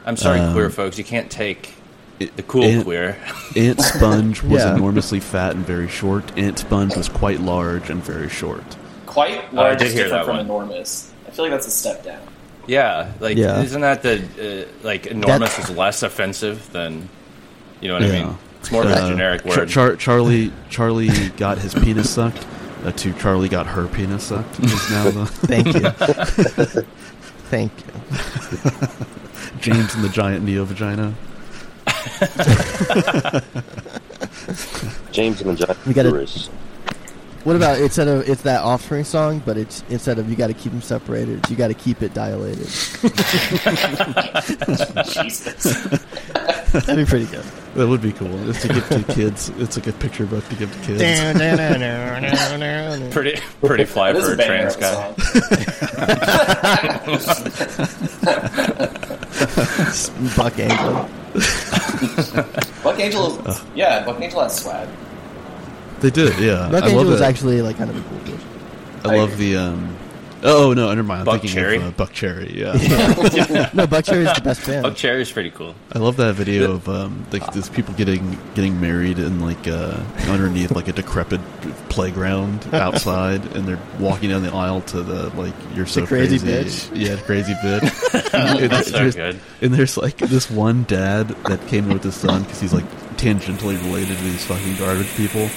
Speaker 3: I'm sorry,
Speaker 4: Um,
Speaker 3: queer folks. You can't take
Speaker 4: It-
Speaker 3: the cool
Speaker 4: Aunt,
Speaker 3: queer.
Speaker 4: Aunt Sponge was
Speaker 2: Yeah.
Speaker 4: enormously fat and very short. Aunt Sponge was quite large and very short.
Speaker 5: Quite
Speaker 3: Oh, I
Speaker 5: large
Speaker 3: did
Speaker 5: is
Speaker 3: hear that
Speaker 5: different from
Speaker 3: one.
Speaker 5: enormous. I feel like that's a step down.
Speaker 3: yeah, like
Speaker 2: Yeah.
Speaker 3: isn't that the uh, like enormous is less offensive than you know what I
Speaker 4: Yeah.
Speaker 3: mean? It's more of a
Speaker 4: Uh,
Speaker 3: generic
Speaker 4: Char-
Speaker 3: word.
Speaker 4: Char- Charlie Charlie got his penis sucked. Uh, to Charlie got her penis sucked. Is now the
Speaker 2: Thank you. Thank you.
Speaker 4: James and the giant neo vagina.
Speaker 6: James and the Giant
Speaker 2: We gotta-
Speaker 6: Tourist.
Speaker 2: What about instead of it's that offspring song, but it's instead of you got to keep them separated, you got to keep it dilated.
Speaker 5: Jesus.
Speaker 2: That'd be pretty good.
Speaker 4: That would be cool. It's to give to kids. It's like a picture book to give to kids.
Speaker 3: pretty pretty fly
Speaker 5: That is
Speaker 3: for
Speaker 5: a
Speaker 3: a
Speaker 5: banger
Speaker 3: trans
Speaker 5: of
Speaker 3: guy.
Speaker 5: a song.
Speaker 2: Buck Angel.
Speaker 5: Buck Angel, yeah, Buck Angel has swag.
Speaker 4: They did. Yeah,
Speaker 2: Buck
Speaker 4: I love
Speaker 2: Angel was
Speaker 4: that.
Speaker 2: actually like kind of a cool dude.
Speaker 4: I, love the. Um, oh no, never mind. I'm
Speaker 3: Buck
Speaker 4: thinking
Speaker 3: Cherry?
Speaker 4: of uh, Buck Cherry. Yeah,
Speaker 2: no, Buckcherry is the best band.
Speaker 3: Oh, Cherry's pretty cool.
Speaker 4: I love that video of um, like these people getting getting married in like uh, underneath like a decrepit playground outside, and they're walking down the aisle to the like you're so
Speaker 2: Crazy
Speaker 4: crazy, yeah, crazy bitch. And it's-
Speaker 3: That's so
Speaker 4: there's-
Speaker 3: good.
Speaker 4: And there's like this one dad that came in with his son because he's like tangentially related to these fucking garbage people,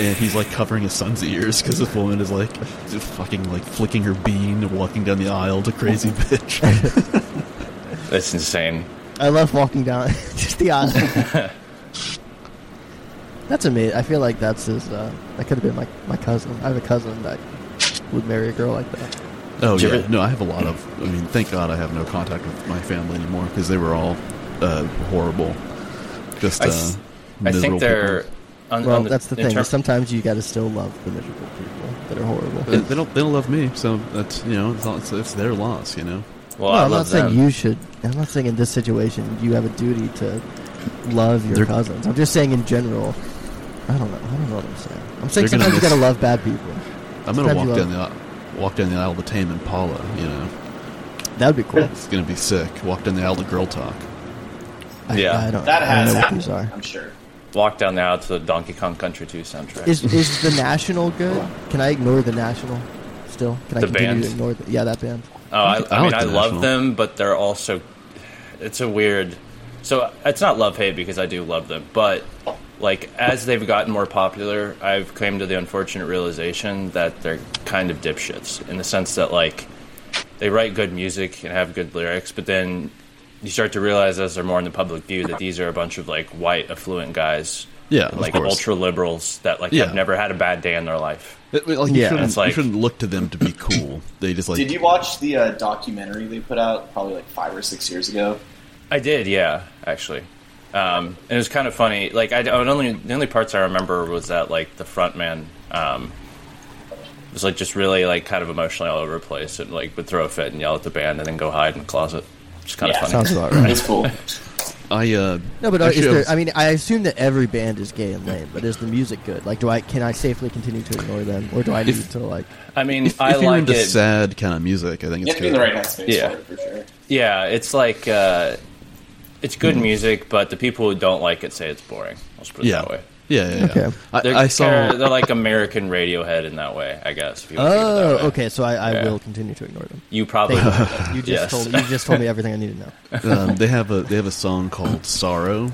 Speaker 4: and he's like covering his son's ears because this woman is like just fucking like flicking her bean and walking down the aisle to crazy bitch.
Speaker 3: That's insane.
Speaker 2: I love walking down just the aisle. that's amazing. I feel like that's his. Uh, that could have been my my cousin. I have a cousin that would marry a girl like that.
Speaker 4: Oh
Speaker 3: Did you
Speaker 4: yeah,
Speaker 3: ever-
Speaker 4: no, I have a lot of. I mean, thank God I have no contact with my family anymore because they were all uh, horrible. Just uh,
Speaker 3: I, s- I
Speaker 4: miserable
Speaker 3: think they're.
Speaker 4: people.
Speaker 3: On,
Speaker 2: Well,
Speaker 3: on
Speaker 2: that's the
Speaker 3: in
Speaker 2: thing.
Speaker 3: term-
Speaker 2: is sometimes you got to still love the miserable people that are horrible.
Speaker 4: They, they don't they don't love me, so that's you know it's, not, it's, it's their loss, you know.
Speaker 3: well,
Speaker 2: no,
Speaker 3: I
Speaker 2: I'm not
Speaker 3: love them.
Speaker 2: saying you should. I'm not saying in this situation you have a duty to love your
Speaker 4: They're-
Speaker 2: cousins. I'm just saying in general. I don't know. I don't know what I'm saying. I'm saying
Speaker 4: They're gonna
Speaker 2: sometimes you
Speaker 4: miss-
Speaker 2: got to love bad people.
Speaker 4: I'm gonna
Speaker 2: Sometimes
Speaker 4: walk
Speaker 2: you
Speaker 4: down the aisle, walk down the aisle to Tame and Paula, you know.
Speaker 2: That would be cool.
Speaker 4: It's gonna be sick. Walk down the aisle to Girl Talk.
Speaker 2: I,
Speaker 3: Yeah.
Speaker 2: I don't,
Speaker 5: That
Speaker 2: I don't
Speaker 5: has
Speaker 2: know what
Speaker 5: happened.
Speaker 2: these are.
Speaker 5: I'm sure.
Speaker 3: Walk down the aisle to the Donkey Kong Country 2 soundtrack.
Speaker 2: Is is the national good? Can I ignore the national? Still, can I
Speaker 3: The
Speaker 2: continue
Speaker 3: band?
Speaker 2: to ignore? The, yeah, that band.
Speaker 3: Oh, I, I,
Speaker 4: I
Speaker 3: mean,
Speaker 4: like
Speaker 3: I love
Speaker 4: the National.
Speaker 3: them, but they're also. It's a weird. So it's not love hate because I do love them, but like as they've gotten more popular, I've come to the unfortunate realization that they're kind of dipshits in the sense that like they write good music and have good lyrics, but then you start to realize as they're more in the public view that these are a bunch of like white affluent guys,
Speaker 4: Yeah, of
Speaker 3: like
Speaker 4: course.
Speaker 3: ultra liberals that like
Speaker 4: Yeah.
Speaker 3: have never had a bad day in their life.
Speaker 4: It- like, you,
Speaker 2: Yeah.
Speaker 4: shouldn't,
Speaker 3: It's like-
Speaker 4: you shouldn't look to them to be cool. They just like
Speaker 5: Did you watch the uh, documentary they put out probably like five or six years ago?
Speaker 3: I did, yeah, actually. Um, and it was kind of funny. Like I, I would only the only parts I remember was that like the front man um, was like just really like kind of emotionally all over the place and like would throw a fit and yell at the band and then go hide in the closet. It's kind
Speaker 5: Yeah.
Speaker 3: of funny.
Speaker 2: Sounds about
Speaker 5: It
Speaker 2: right.
Speaker 5: was cool.
Speaker 4: I uh
Speaker 2: No, but uh,
Speaker 4: actually,
Speaker 2: is
Speaker 4: I
Speaker 2: there,
Speaker 4: was-
Speaker 2: I mean, I assume that every band is gay and lame, but is the music good? Like, do I can I safely continue to ignore them, or do I need to like?
Speaker 3: I mean,
Speaker 4: if,
Speaker 3: I
Speaker 4: if you're
Speaker 3: like
Speaker 4: into
Speaker 3: it.
Speaker 4: sad kind of music, I think
Speaker 5: You
Speaker 4: it's
Speaker 5: have to be
Speaker 4: good.
Speaker 5: in the right headspace
Speaker 3: Yeah.
Speaker 5: for it for sure.
Speaker 3: Yeah, it's like uh, it's good music, but the people who don't like it say it's boring. Let's put it
Speaker 4: Yeah.
Speaker 3: that way.
Speaker 4: yeah, yeah, yeah.
Speaker 2: Okay.
Speaker 3: They're,
Speaker 4: I, I saw.
Speaker 3: they're, they're like American Radiohead in that way, I guess. If you wanna think of it that
Speaker 2: Oh,
Speaker 3: way.
Speaker 2: okay. So I, I
Speaker 3: Yeah.
Speaker 2: will continue to ignore them.
Speaker 3: You probably
Speaker 2: Thank you. You just
Speaker 3: Yes.
Speaker 2: told you just told me everything I need to know.
Speaker 4: um, they have a they have a song called Sorrow,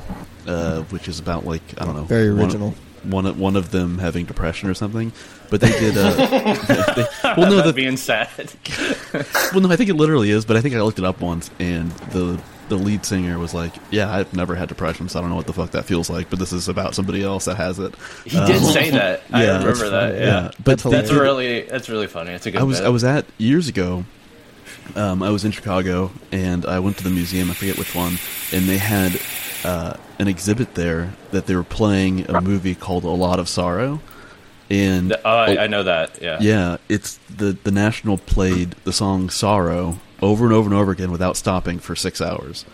Speaker 4: uh, which is about like I don't know,
Speaker 2: Very
Speaker 4: one-
Speaker 2: original.
Speaker 4: One of- one of them having depression or something, but they did. Uh, they- well, no,
Speaker 3: that
Speaker 4: the,
Speaker 3: being sad.
Speaker 4: well, no, I think it literally is, but I think I looked it up once, and the the lead singer was like, "Yeah, I've never had depression, so I don't know what the fuck that feels like, but this is about somebody else that has it." Um,
Speaker 3: He did say that. I remember that. Uh-huh. yeah.
Speaker 4: but
Speaker 2: That's
Speaker 3: That's
Speaker 2: Dude.
Speaker 3: really that's really funny. It's a good.
Speaker 4: I was
Speaker 3: bit.
Speaker 4: I was at years ago. Um, I was in Chicago and I went to the museum. I forget which one, and they had uh, an exhibit there that they were playing a movie called A Lot of Sorrow, and
Speaker 3: Oh, I, I know that. Yeah.
Speaker 4: yeah, it's the the National played the song "Sorrow" over and over and over again without stopping for six hours,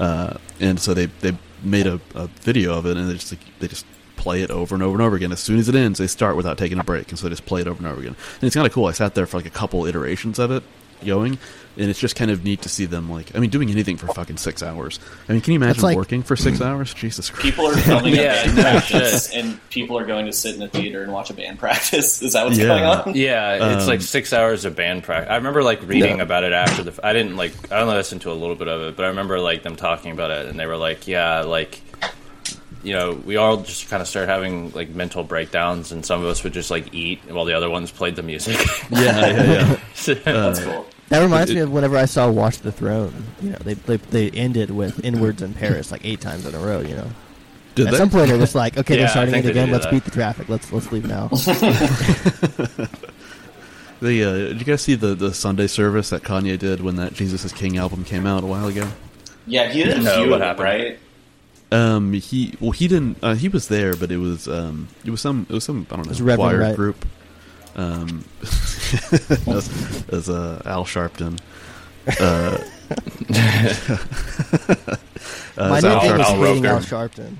Speaker 4: uh, and so they they made a, a video of it, and they just like, they just play it over and over and over again. As soon as it ends, they start without taking a break, and so they just play it over and over again. And it's kind of cool. I sat there for like a couple iterations of it going, and it's just kind of neat to see them like I mean doing anything for fucking six hours. I mean, can you imagine
Speaker 2: like-
Speaker 4: working for six hours? Jesus Christ!
Speaker 5: People are filming
Speaker 3: Yeah,
Speaker 5: a band
Speaker 3: no
Speaker 5: practice, and people are going to sit in a theater and watch a band practice. Is that what's
Speaker 4: Yeah.
Speaker 5: going on?
Speaker 3: Yeah, it's
Speaker 4: Um,
Speaker 3: like six hours of band practice. I remember like reading
Speaker 4: Yeah.
Speaker 3: about it after the. f- I didn't like. I only listened to a little bit of it, but I remember like them talking about it, and they were like, "Yeah, like, you know, we all just kind of started having like mental breakdowns, and some of us would just like eat while the other ones played the music."
Speaker 4: Yeah, yeah, yeah.
Speaker 5: That's cool.
Speaker 2: That reminds
Speaker 4: It-
Speaker 2: me of whenever I saw Watch the Throne. You know, they they, they ended with inwards in Paris like eight times in a row. You know,
Speaker 4: Did
Speaker 2: at
Speaker 4: they?
Speaker 2: some point it was like, okay,
Speaker 3: Yeah,
Speaker 2: they're
Speaker 3: I
Speaker 2: starting
Speaker 3: think
Speaker 2: it
Speaker 3: they
Speaker 2: again.
Speaker 3: do
Speaker 2: Let's
Speaker 3: that.
Speaker 2: beat the traffic. Let's let's leave now.
Speaker 4: The, uh, did you guys see the, the Sunday service that Kanye did when that Jesus is King album came out a while ago?
Speaker 5: Yeah, he didn't
Speaker 3: No,
Speaker 5: do
Speaker 3: what
Speaker 5: it,
Speaker 3: happened?
Speaker 5: right?
Speaker 4: Um, he well he didn't uh, he was there, but it was um it was some it was some I don't
Speaker 2: was
Speaker 4: know
Speaker 2: Reverend
Speaker 4: choir
Speaker 2: Wright.
Speaker 4: group. Um, as, as uh, Al Sharpton. Uh, uh,
Speaker 2: My
Speaker 4: is
Speaker 2: new
Speaker 4: Al
Speaker 2: thing
Speaker 3: Al-
Speaker 2: was
Speaker 4: Sharpton-
Speaker 3: Al
Speaker 2: hating Al
Speaker 3: Roker.
Speaker 2: Sharpton.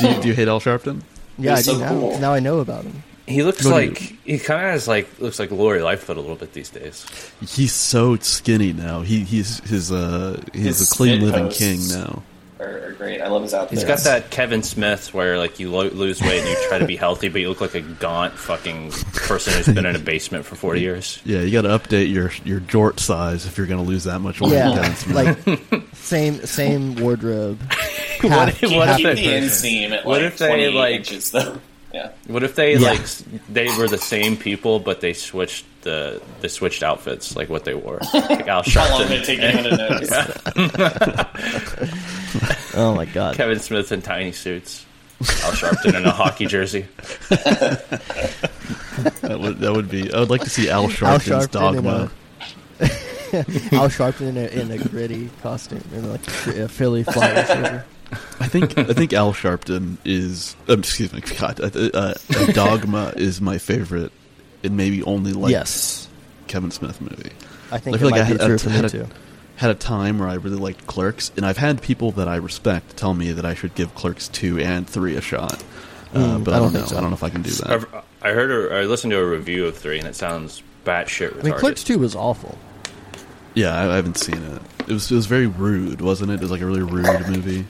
Speaker 4: do, you, do you hate Al Sharpton?
Speaker 2: Yeah,
Speaker 5: He's
Speaker 2: I do
Speaker 5: so
Speaker 2: now.
Speaker 5: cool.
Speaker 2: Now I know about him.
Speaker 3: He looks
Speaker 4: No,
Speaker 3: like he kind of has like looks like Lori Lightfoot a little bit these days.
Speaker 4: He's so skinny now. He he's his uh he's
Speaker 5: His
Speaker 4: a clean
Speaker 5: spit
Speaker 4: living
Speaker 5: posts.
Speaker 4: king now.
Speaker 5: Are, are great. I love his outfit.
Speaker 3: He's got that Kevin Smith where like you lo- lose weight and you try to be healthy, but you look like a gaunt fucking person who's been in a basement for forty years.
Speaker 4: Yeah, you got to update your your jort size if you're going to lose that much weight.
Speaker 2: Yeah,
Speaker 4: Kevin Smith.
Speaker 2: like same same wardrobe.
Speaker 3: What,
Speaker 2: Half-
Speaker 3: if-
Speaker 5: Keep
Speaker 3: what if
Speaker 5: the
Speaker 3: they,
Speaker 5: inseam at like
Speaker 3: What if they,
Speaker 5: 28
Speaker 3: like-
Speaker 5: inches though. Yeah.
Speaker 3: what if they
Speaker 2: Yeah.
Speaker 3: like s- they were the same people but they switched the they switched outfits like what they wore? Like Al
Speaker 5: How long
Speaker 3: Sharpton,
Speaker 5: did it take anyone to notice?
Speaker 2: Oh my god.
Speaker 3: Kevin Smith in tiny suits, Al Sharpton in a hockey jersey.
Speaker 4: that would that would be. I would like to see Al
Speaker 2: Al
Speaker 4: Sharpton's
Speaker 2: Sharpton in
Speaker 4: dogma.
Speaker 2: a Al Sharpton in a, in a gritty costume and like a Philly Flyers jersey.
Speaker 4: I think I think Al Sharpton is. Um, excuse me, God. Uh, uh, dogma is my favorite, and maybe only like
Speaker 2: yes,
Speaker 4: Kevin Smith movie.
Speaker 2: I think it might be true for me
Speaker 4: a,
Speaker 2: too.
Speaker 4: had a time where I really liked Clerks, and I've had people that I respect tell me that I should give Clerks two and three a shot. Uh,
Speaker 2: Mm,
Speaker 4: but
Speaker 2: I
Speaker 4: I don't,
Speaker 2: don't
Speaker 4: know.
Speaker 2: think so.
Speaker 4: I don't know if I can do that.
Speaker 3: I've, I heard or I listened to a review of three, and it sounds batshit retarded.
Speaker 2: I mean, Clerks Two was awful.
Speaker 4: Yeah, I, I haven't seen it. It was it was very rude, wasn't it? It was like a really rude movie.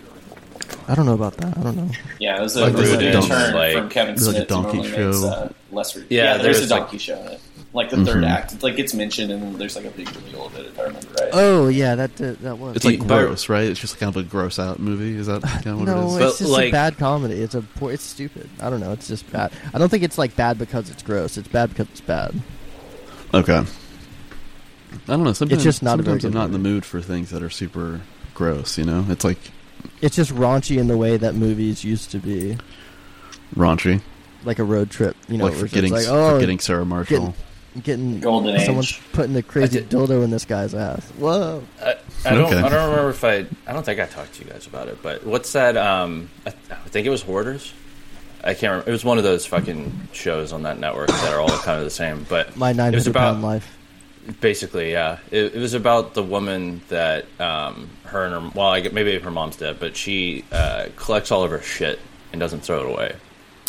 Speaker 2: I don't know about that. I don't know.
Speaker 5: Yeah, it was a,
Speaker 4: Like
Speaker 5: it was
Speaker 4: this,
Speaker 5: a
Speaker 4: like,
Speaker 5: good
Speaker 4: donkey-
Speaker 5: turn
Speaker 3: like-
Speaker 5: from Kevin
Speaker 4: it was like a
Speaker 5: Smith. who
Speaker 4: donkey
Speaker 5: normally makes,
Speaker 4: show.
Speaker 5: uh, less re-
Speaker 3: Yeah,
Speaker 5: yeah,
Speaker 3: there
Speaker 5: there's a
Speaker 3: was, like-
Speaker 5: donkey show in it. Like the
Speaker 4: Mm-hmm.
Speaker 5: third act, it's, like it's mentioned, and there's like a big reveal of it if I remember right.
Speaker 2: Oh yeah, that did, that was.
Speaker 4: It's like
Speaker 3: Yeah, but-
Speaker 4: gross, right? It's just kind of a gross out movie. Is that kind of what
Speaker 2: no,
Speaker 4: it
Speaker 2: it's
Speaker 4: is?
Speaker 3: But,
Speaker 2: just
Speaker 3: like-
Speaker 2: a bad comedy. It's a poor. It's stupid. I don't know. It's just bad. I don't think it's like bad because it's gross. It's bad because it's bad.
Speaker 4: okay. I don't know. Sometimes,
Speaker 2: just not a very
Speaker 4: sometimes I'm
Speaker 2: good
Speaker 4: not in the mood for things that are super gross. You know, it's like
Speaker 2: It's just raunchy in the way that movies used to be,
Speaker 4: raunchy,
Speaker 2: like a road trip. You know,
Speaker 4: like
Speaker 2: where it's
Speaker 4: forgetting
Speaker 2: like, oh,
Speaker 4: forgetting Sarah Marshall.
Speaker 2: getting
Speaker 5: Golden Age.
Speaker 2: someone's putting a crazy
Speaker 3: I did-
Speaker 2: dildo in this guy's ass. Whoa!
Speaker 3: I, I don't.
Speaker 4: Okay.
Speaker 3: I don't remember if I. I don't think I talked to you guys about it. But what's that? Um, I, I think it was Hoarders. I can't remember. It was one of those fucking shows on that network that are all kind of the same. But
Speaker 2: My nine
Speaker 3: it was
Speaker 2: hundred
Speaker 3: about
Speaker 2: pound life.
Speaker 3: basically, yeah. It, it was about the woman that um, her and her. Well, I, gu- maybe her mom's dead, but she uh, collects all of her shit and doesn't throw it away.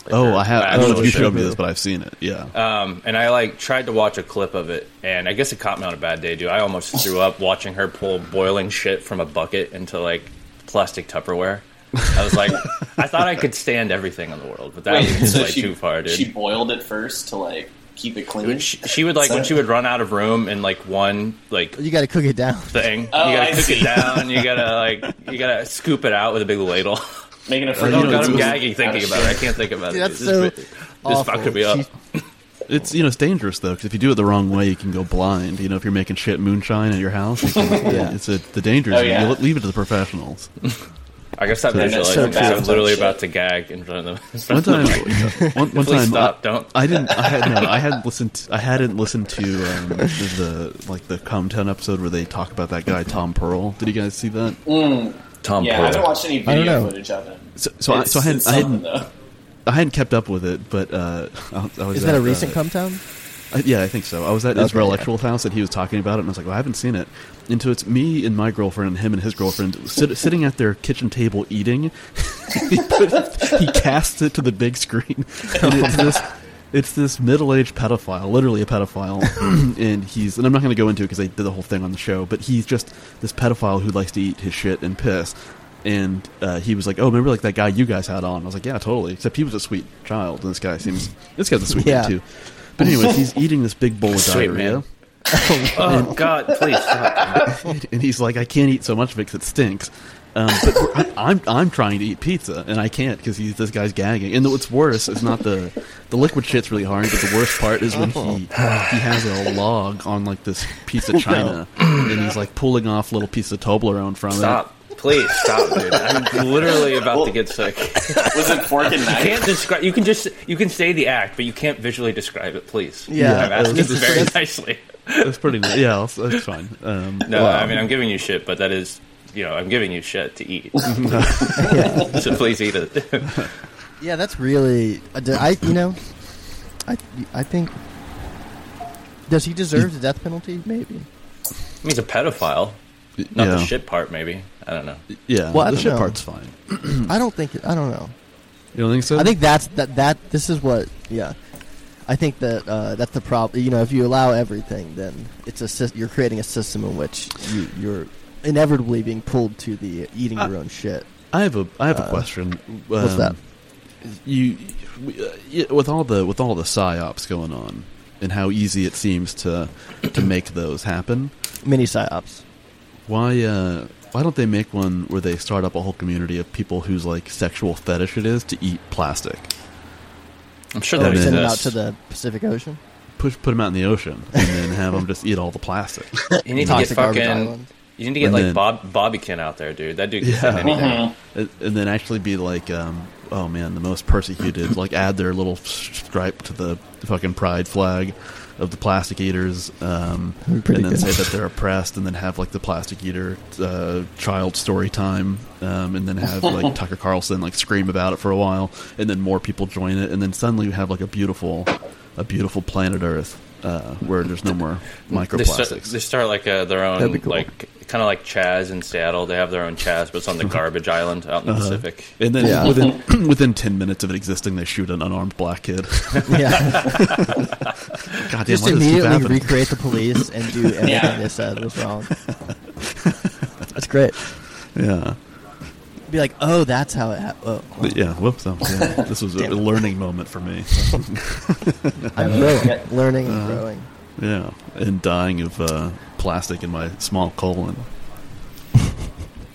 Speaker 3: Like
Speaker 4: Oh,
Speaker 3: her
Speaker 4: I have. I
Speaker 3: actual
Speaker 4: don't know if you
Speaker 3: shit.
Speaker 4: showed me this, but I've seen it. Yeah,
Speaker 2: Oh.
Speaker 3: Um, and I like tried to watch a clip of it, and I guess it caught me on a bad day, dude. I almost threw up watching her pull boiling shit from a bucket into like plastic Tupperware. I was like, I thought I could stand everything in the world, but that
Speaker 5: Wait,
Speaker 3: was
Speaker 5: so
Speaker 3: like
Speaker 5: she,
Speaker 3: too far, dude.
Speaker 5: she boiled it first to like keep it clean.
Speaker 3: When she, she would like when she would run out of room in like one like
Speaker 2: You got to cook it down.
Speaker 3: thing.
Speaker 5: Oh,
Speaker 3: you gotta
Speaker 5: I
Speaker 3: cook
Speaker 5: see.
Speaker 3: it down. You gotta like you gotta scoop it out with a big ladle.
Speaker 5: making a
Speaker 3: Oh
Speaker 5: fruit.
Speaker 3: God, I'm
Speaker 4: it's-
Speaker 3: gagging thinking about it. I can't think about
Speaker 2: Dude,
Speaker 3: it.
Speaker 2: that's
Speaker 3: dude.
Speaker 2: so
Speaker 3: this, bit- this
Speaker 2: awful.
Speaker 3: fucked me up.
Speaker 2: She-
Speaker 4: it's you know it's dangerous though because if you do it the wrong way, you can go blind. You know, if you're making shit moonshine at your house, you can-
Speaker 2: Yeah.
Speaker 4: it's a, the danger. is
Speaker 5: Oh, yeah.
Speaker 4: You leave it to the professionals.
Speaker 3: I gotta stop visualizing
Speaker 5: so
Speaker 3: because I'm
Speaker 5: bad.
Speaker 3: literally about to gag in front of them.
Speaker 4: one time, one, one
Speaker 3: Please
Speaker 4: time,
Speaker 3: stop,
Speaker 4: I,
Speaker 3: don't.
Speaker 4: I didn't. I had no. I hadn't listened. To, I hadn't listened to um, the like the Com Ten episode where they talk about that guy Tom Pearl. Did you guys see that?
Speaker 3: Tom
Speaker 5: Yeah, I haven't watched any
Speaker 2: I don't
Speaker 5: video
Speaker 2: know.
Speaker 5: footage of it.
Speaker 4: So, so I,
Speaker 5: It's-
Speaker 4: so I
Speaker 5: it's
Speaker 4: hadn't. I hadn't,
Speaker 5: something,
Speaker 4: I
Speaker 5: though.
Speaker 4: hadn't kept up with it, but uh, I, I was.
Speaker 2: Is that a
Speaker 4: at,
Speaker 2: recent
Speaker 4: uh,
Speaker 2: come town?
Speaker 4: I- yeah, I think so. I was at his
Speaker 2: Okay.
Speaker 4: intellectual's house and he was talking about it, and I was like, well, I haven't seen it. And so it's me and my girlfriend, and him and his girlfriend, sit, sitting at their kitchen table eating. he, put- he casts it to the big screen, and it's this. It's this middle-aged pedophile, literally a pedophile, and he's. And I'm not going to go into it because they did the whole thing on the show. But he's just this pedophile who likes to eat his shit and piss. And uh, he was like, "Oh, remember like that guy you guys had on?" I was like, "Yeah, totally." Except he was a sweet child, and this guy seems. This guy's a sweet
Speaker 2: Yeah.
Speaker 4: kid too. But anyways, he's eating this big bowl of
Speaker 3: Sweet
Speaker 4: diarrhea,
Speaker 3: man. Oh God, please stop.
Speaker 4: and he's like, "I can't eat so much of it 'cause it stinks." Um, but we're- I- I'm I'm trying to eat pizza and I can't because he's this guy's gagging. And what's worse is not the the liquid shit's really hard, but the worst part is when he he has a log on like this piece of china, and he's like pulling off little piece of Toblerone from
Speaker 3: Stop. Please stop, dude. I'm literally about to get sick. You
Speaker 5: Was it fork and knife?
Speaker 3: can't describe. You can just you can say the act, but you can't visually describe it. Please.
Speaker 2: Yeah.
Speaker 3: I'm asking
Speaker 4: Yeah, it was-
Speaker 3: very nicely.
Speaker 4: it. That's pretty. Nice. Yeah, that's, that's fine. Um,
Speaker 3: No, I mean I'm giving you shit, but that is you know I'm giving you shit to eat. so please eat it.
Speaker 2: Yeah, that's really. I, did- I you know, I I think. Does he deserve the death penalty? Maybe.
Speaker 3: He's a pedophile. Not
Speaker 4: yeah,
Speaker 3: the shit part, maybe. I don't know.
Speaker 4: Yeah,
Speaker 2: Well, I
Speaker 4: the
Speaker 2: don't
Speaker 4: shit
Speaker 2: know.
Speaker 4: part's fine.
Speaker 2: I don't think. I don't know.
Speaker 4: You don't think so?
Speaker 2: I think that's that. That this is what. Yeah, I think that uh, that's the problem. You know, if you allow everything, then it's a sys- you're creating a system in which you, you're inevitably being pulled to the eating your own shit.
Speaker 4: I have a I have a question. Um,
Speaker 2: what's that?
Speaker 4: You we, uh, yeah, with all the with all the psyops going on, and how easy it seems to to make those happen.
Speaker 2: Mini psyops.
Speaker 4: Why uh, why don't they make one where they start up a whole community of people whose like sexual fetish it is to eat plastic?
Speaker 3: I'm sure
Speaker 2: Oh,
Speaker 3: that
Speaker 4: man.
Speaker 2: send them out
Speaker 3: exists.
Speaker 2: to the Pacific Ocean.
Speaker 4: Push put them out in the ocean and then have them just eat all the plastic.
Speaker 3: you need to get
Speaker 2: Toxic garbage
Speaker 3: fucking.
Speaker 2: island.
Speaker 3: You need to get
Speaker 4: And
Speaker 3: like
Speaker 4: then-
Speaker 3: Bob Bobbykin out there, dude. That dude can send
Speaker 4: Yeah.
Speaker 3: anything.
Speaker 2: Uh-huh.
Speaker 4: and and then actually be like, um, oh man, the most persecuted. like add their little stripe to the fucking pride flag of the plastic eaters, um, and
Speaker 2: Pretty
Speaker 4: then
Speaker 2: good.
Speaker 4: say that they're oppressed, and then have like the plastic eater uh, child story time, um, and then have like Tucker Carlson like scream about it for a while, and then more people join it, and then suddenly you have like a beautiful, a beautiful planet Earth. Uh, where there's no more
Speaker 3: They start,
Speaker 4: microplastics.
Speaker 3: they start like uh their
Speaker 2: That'd
Speaker 3: own
Speaker 2: be cool.
Speaker 3: like kind of like Chaz in Seattle. They have their own Chaz, but it's on
Speaker 2: Uh-huh.
Speaker 3: the garbage island out in the Pacific.
Speaker 4: and then
Speaker 2: Yeah.
Speaker 4: within within ten minutes of it existing, they shoot an unarmed black kid.
Speaker 2: Yeah,
Speaker 4: God damn,
Speaker 2: just
Speaker 4: why does this keep
Speaker 2: immediately
Speaker 4: happening?
Speaker 2: recreate the police and do everything
Speaker 5: Yeah.
Speaker 2: they said was wrong. That's great.
Speaker 4: Yeah.
Speaker 2: Be like, oh, that's how it happened. Oh,
Speaker 4: But yeah, whoops. that was- yeah, This was a
Speaker 2: Damn it.
Speaker 4: learning moment for me.
Speaker 2: I'm growing, learning,
Speaker 4: Uh-huh.
Speaker 2: and growing.
Speaker 4: Yeah. And dying of uh, plastic in my small colon.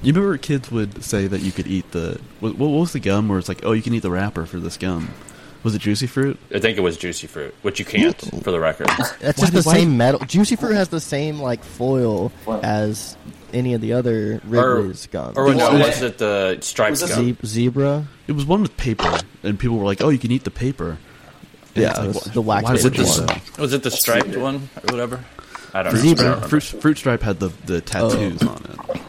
Speaker 4: You remember kids would say that you could eat the. What, what was the gum where it's like, oh, you can eat the wrapper for this gum? Was it juicy fruit?
Speaker 3: I think it was juicy fruit, which you can't, for the record.
Speaker 2: That's
Speaker 4: Why
Speaker 2: just
Speaker 4: did-
Speaker 2: the
Speaker 4: why-
Speaker 2: same metal. Juicy Fruit has the same like foil
Speaker 5: Wow.
Speaker 2: as any of the other
Speaker 3: or
Speaker 2: Wrigley's gum.
Speaker 3: or no,
Speaker 5: Well,
Speaker 3: was it the striped
Speaker 5: was this-
Speaker 3: gum?
Speaker 2: Ze- zebra.
Speaker 4: It was one with paper, and people were like, oh, you can eat the paper. And
Speaker 2: Yeah,
Speaker 4: it's
Speaker 2: it was
Speaker 4: wh-
Speaker 2: the wax
Speaker 4: why would
Speaker 2: paper
Speaker 4: you
Speaker 2: one.
Speaker 4: say-
Speaker 3: Was it the striped
Speaker 5: weird.
Speaker 3: one or whatever? I don't
Speaker 2: Fruit
Speaker 3: know.
Speaker 2: Zebra.
Speaker 4: Fruit, fruit Stripe had the, the tattoos on it.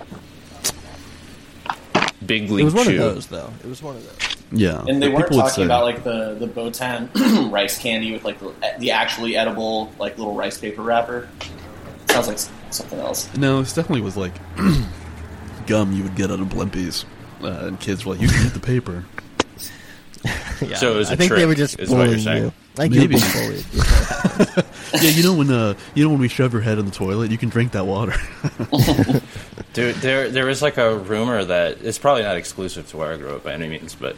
Speaker 3: Big
Speaker 2: It
Speaker 3: league
Speaker 2: was one
Speaker 3: chew.
Speaker 2: of those though. It was one of those.
Speaker 4: Yeah.
Speaker 5: And they
Speaker 4: but
Speaker 5: weren't
Speaker 4: people would
Speaker 5: talking
Speaker 4: say-
Speaker 5: about like the the Botan rice candy with like the, the actually edible like little rice paper wrapper. Sounds like s- something else.
Speaker 4: No, this definitely was like gum you would get out of Blimpies. Uh, and kids were like, you can eat the paper.
Speaker 2: yeah.
Speaker 3: So it was
Speaker 2: I
Speaker 3: a
Speaker 2: think they
Speaker 3: trick,
Speaker 2: were just
Speaker 3: is what you're
Speaker 2: bullying
Speaker 3: saying.
Speaker 2: you. Like you're
Speaker 4: Maybe.
Speaker 2: being bullied.
Speaker 4: yeah, you know when uh, you know when we shove your head in the toilet, you can drink that water.
Speaker 3: Dude, there there is like a rumor that it's probably not exclusive to where I grew up by any means, but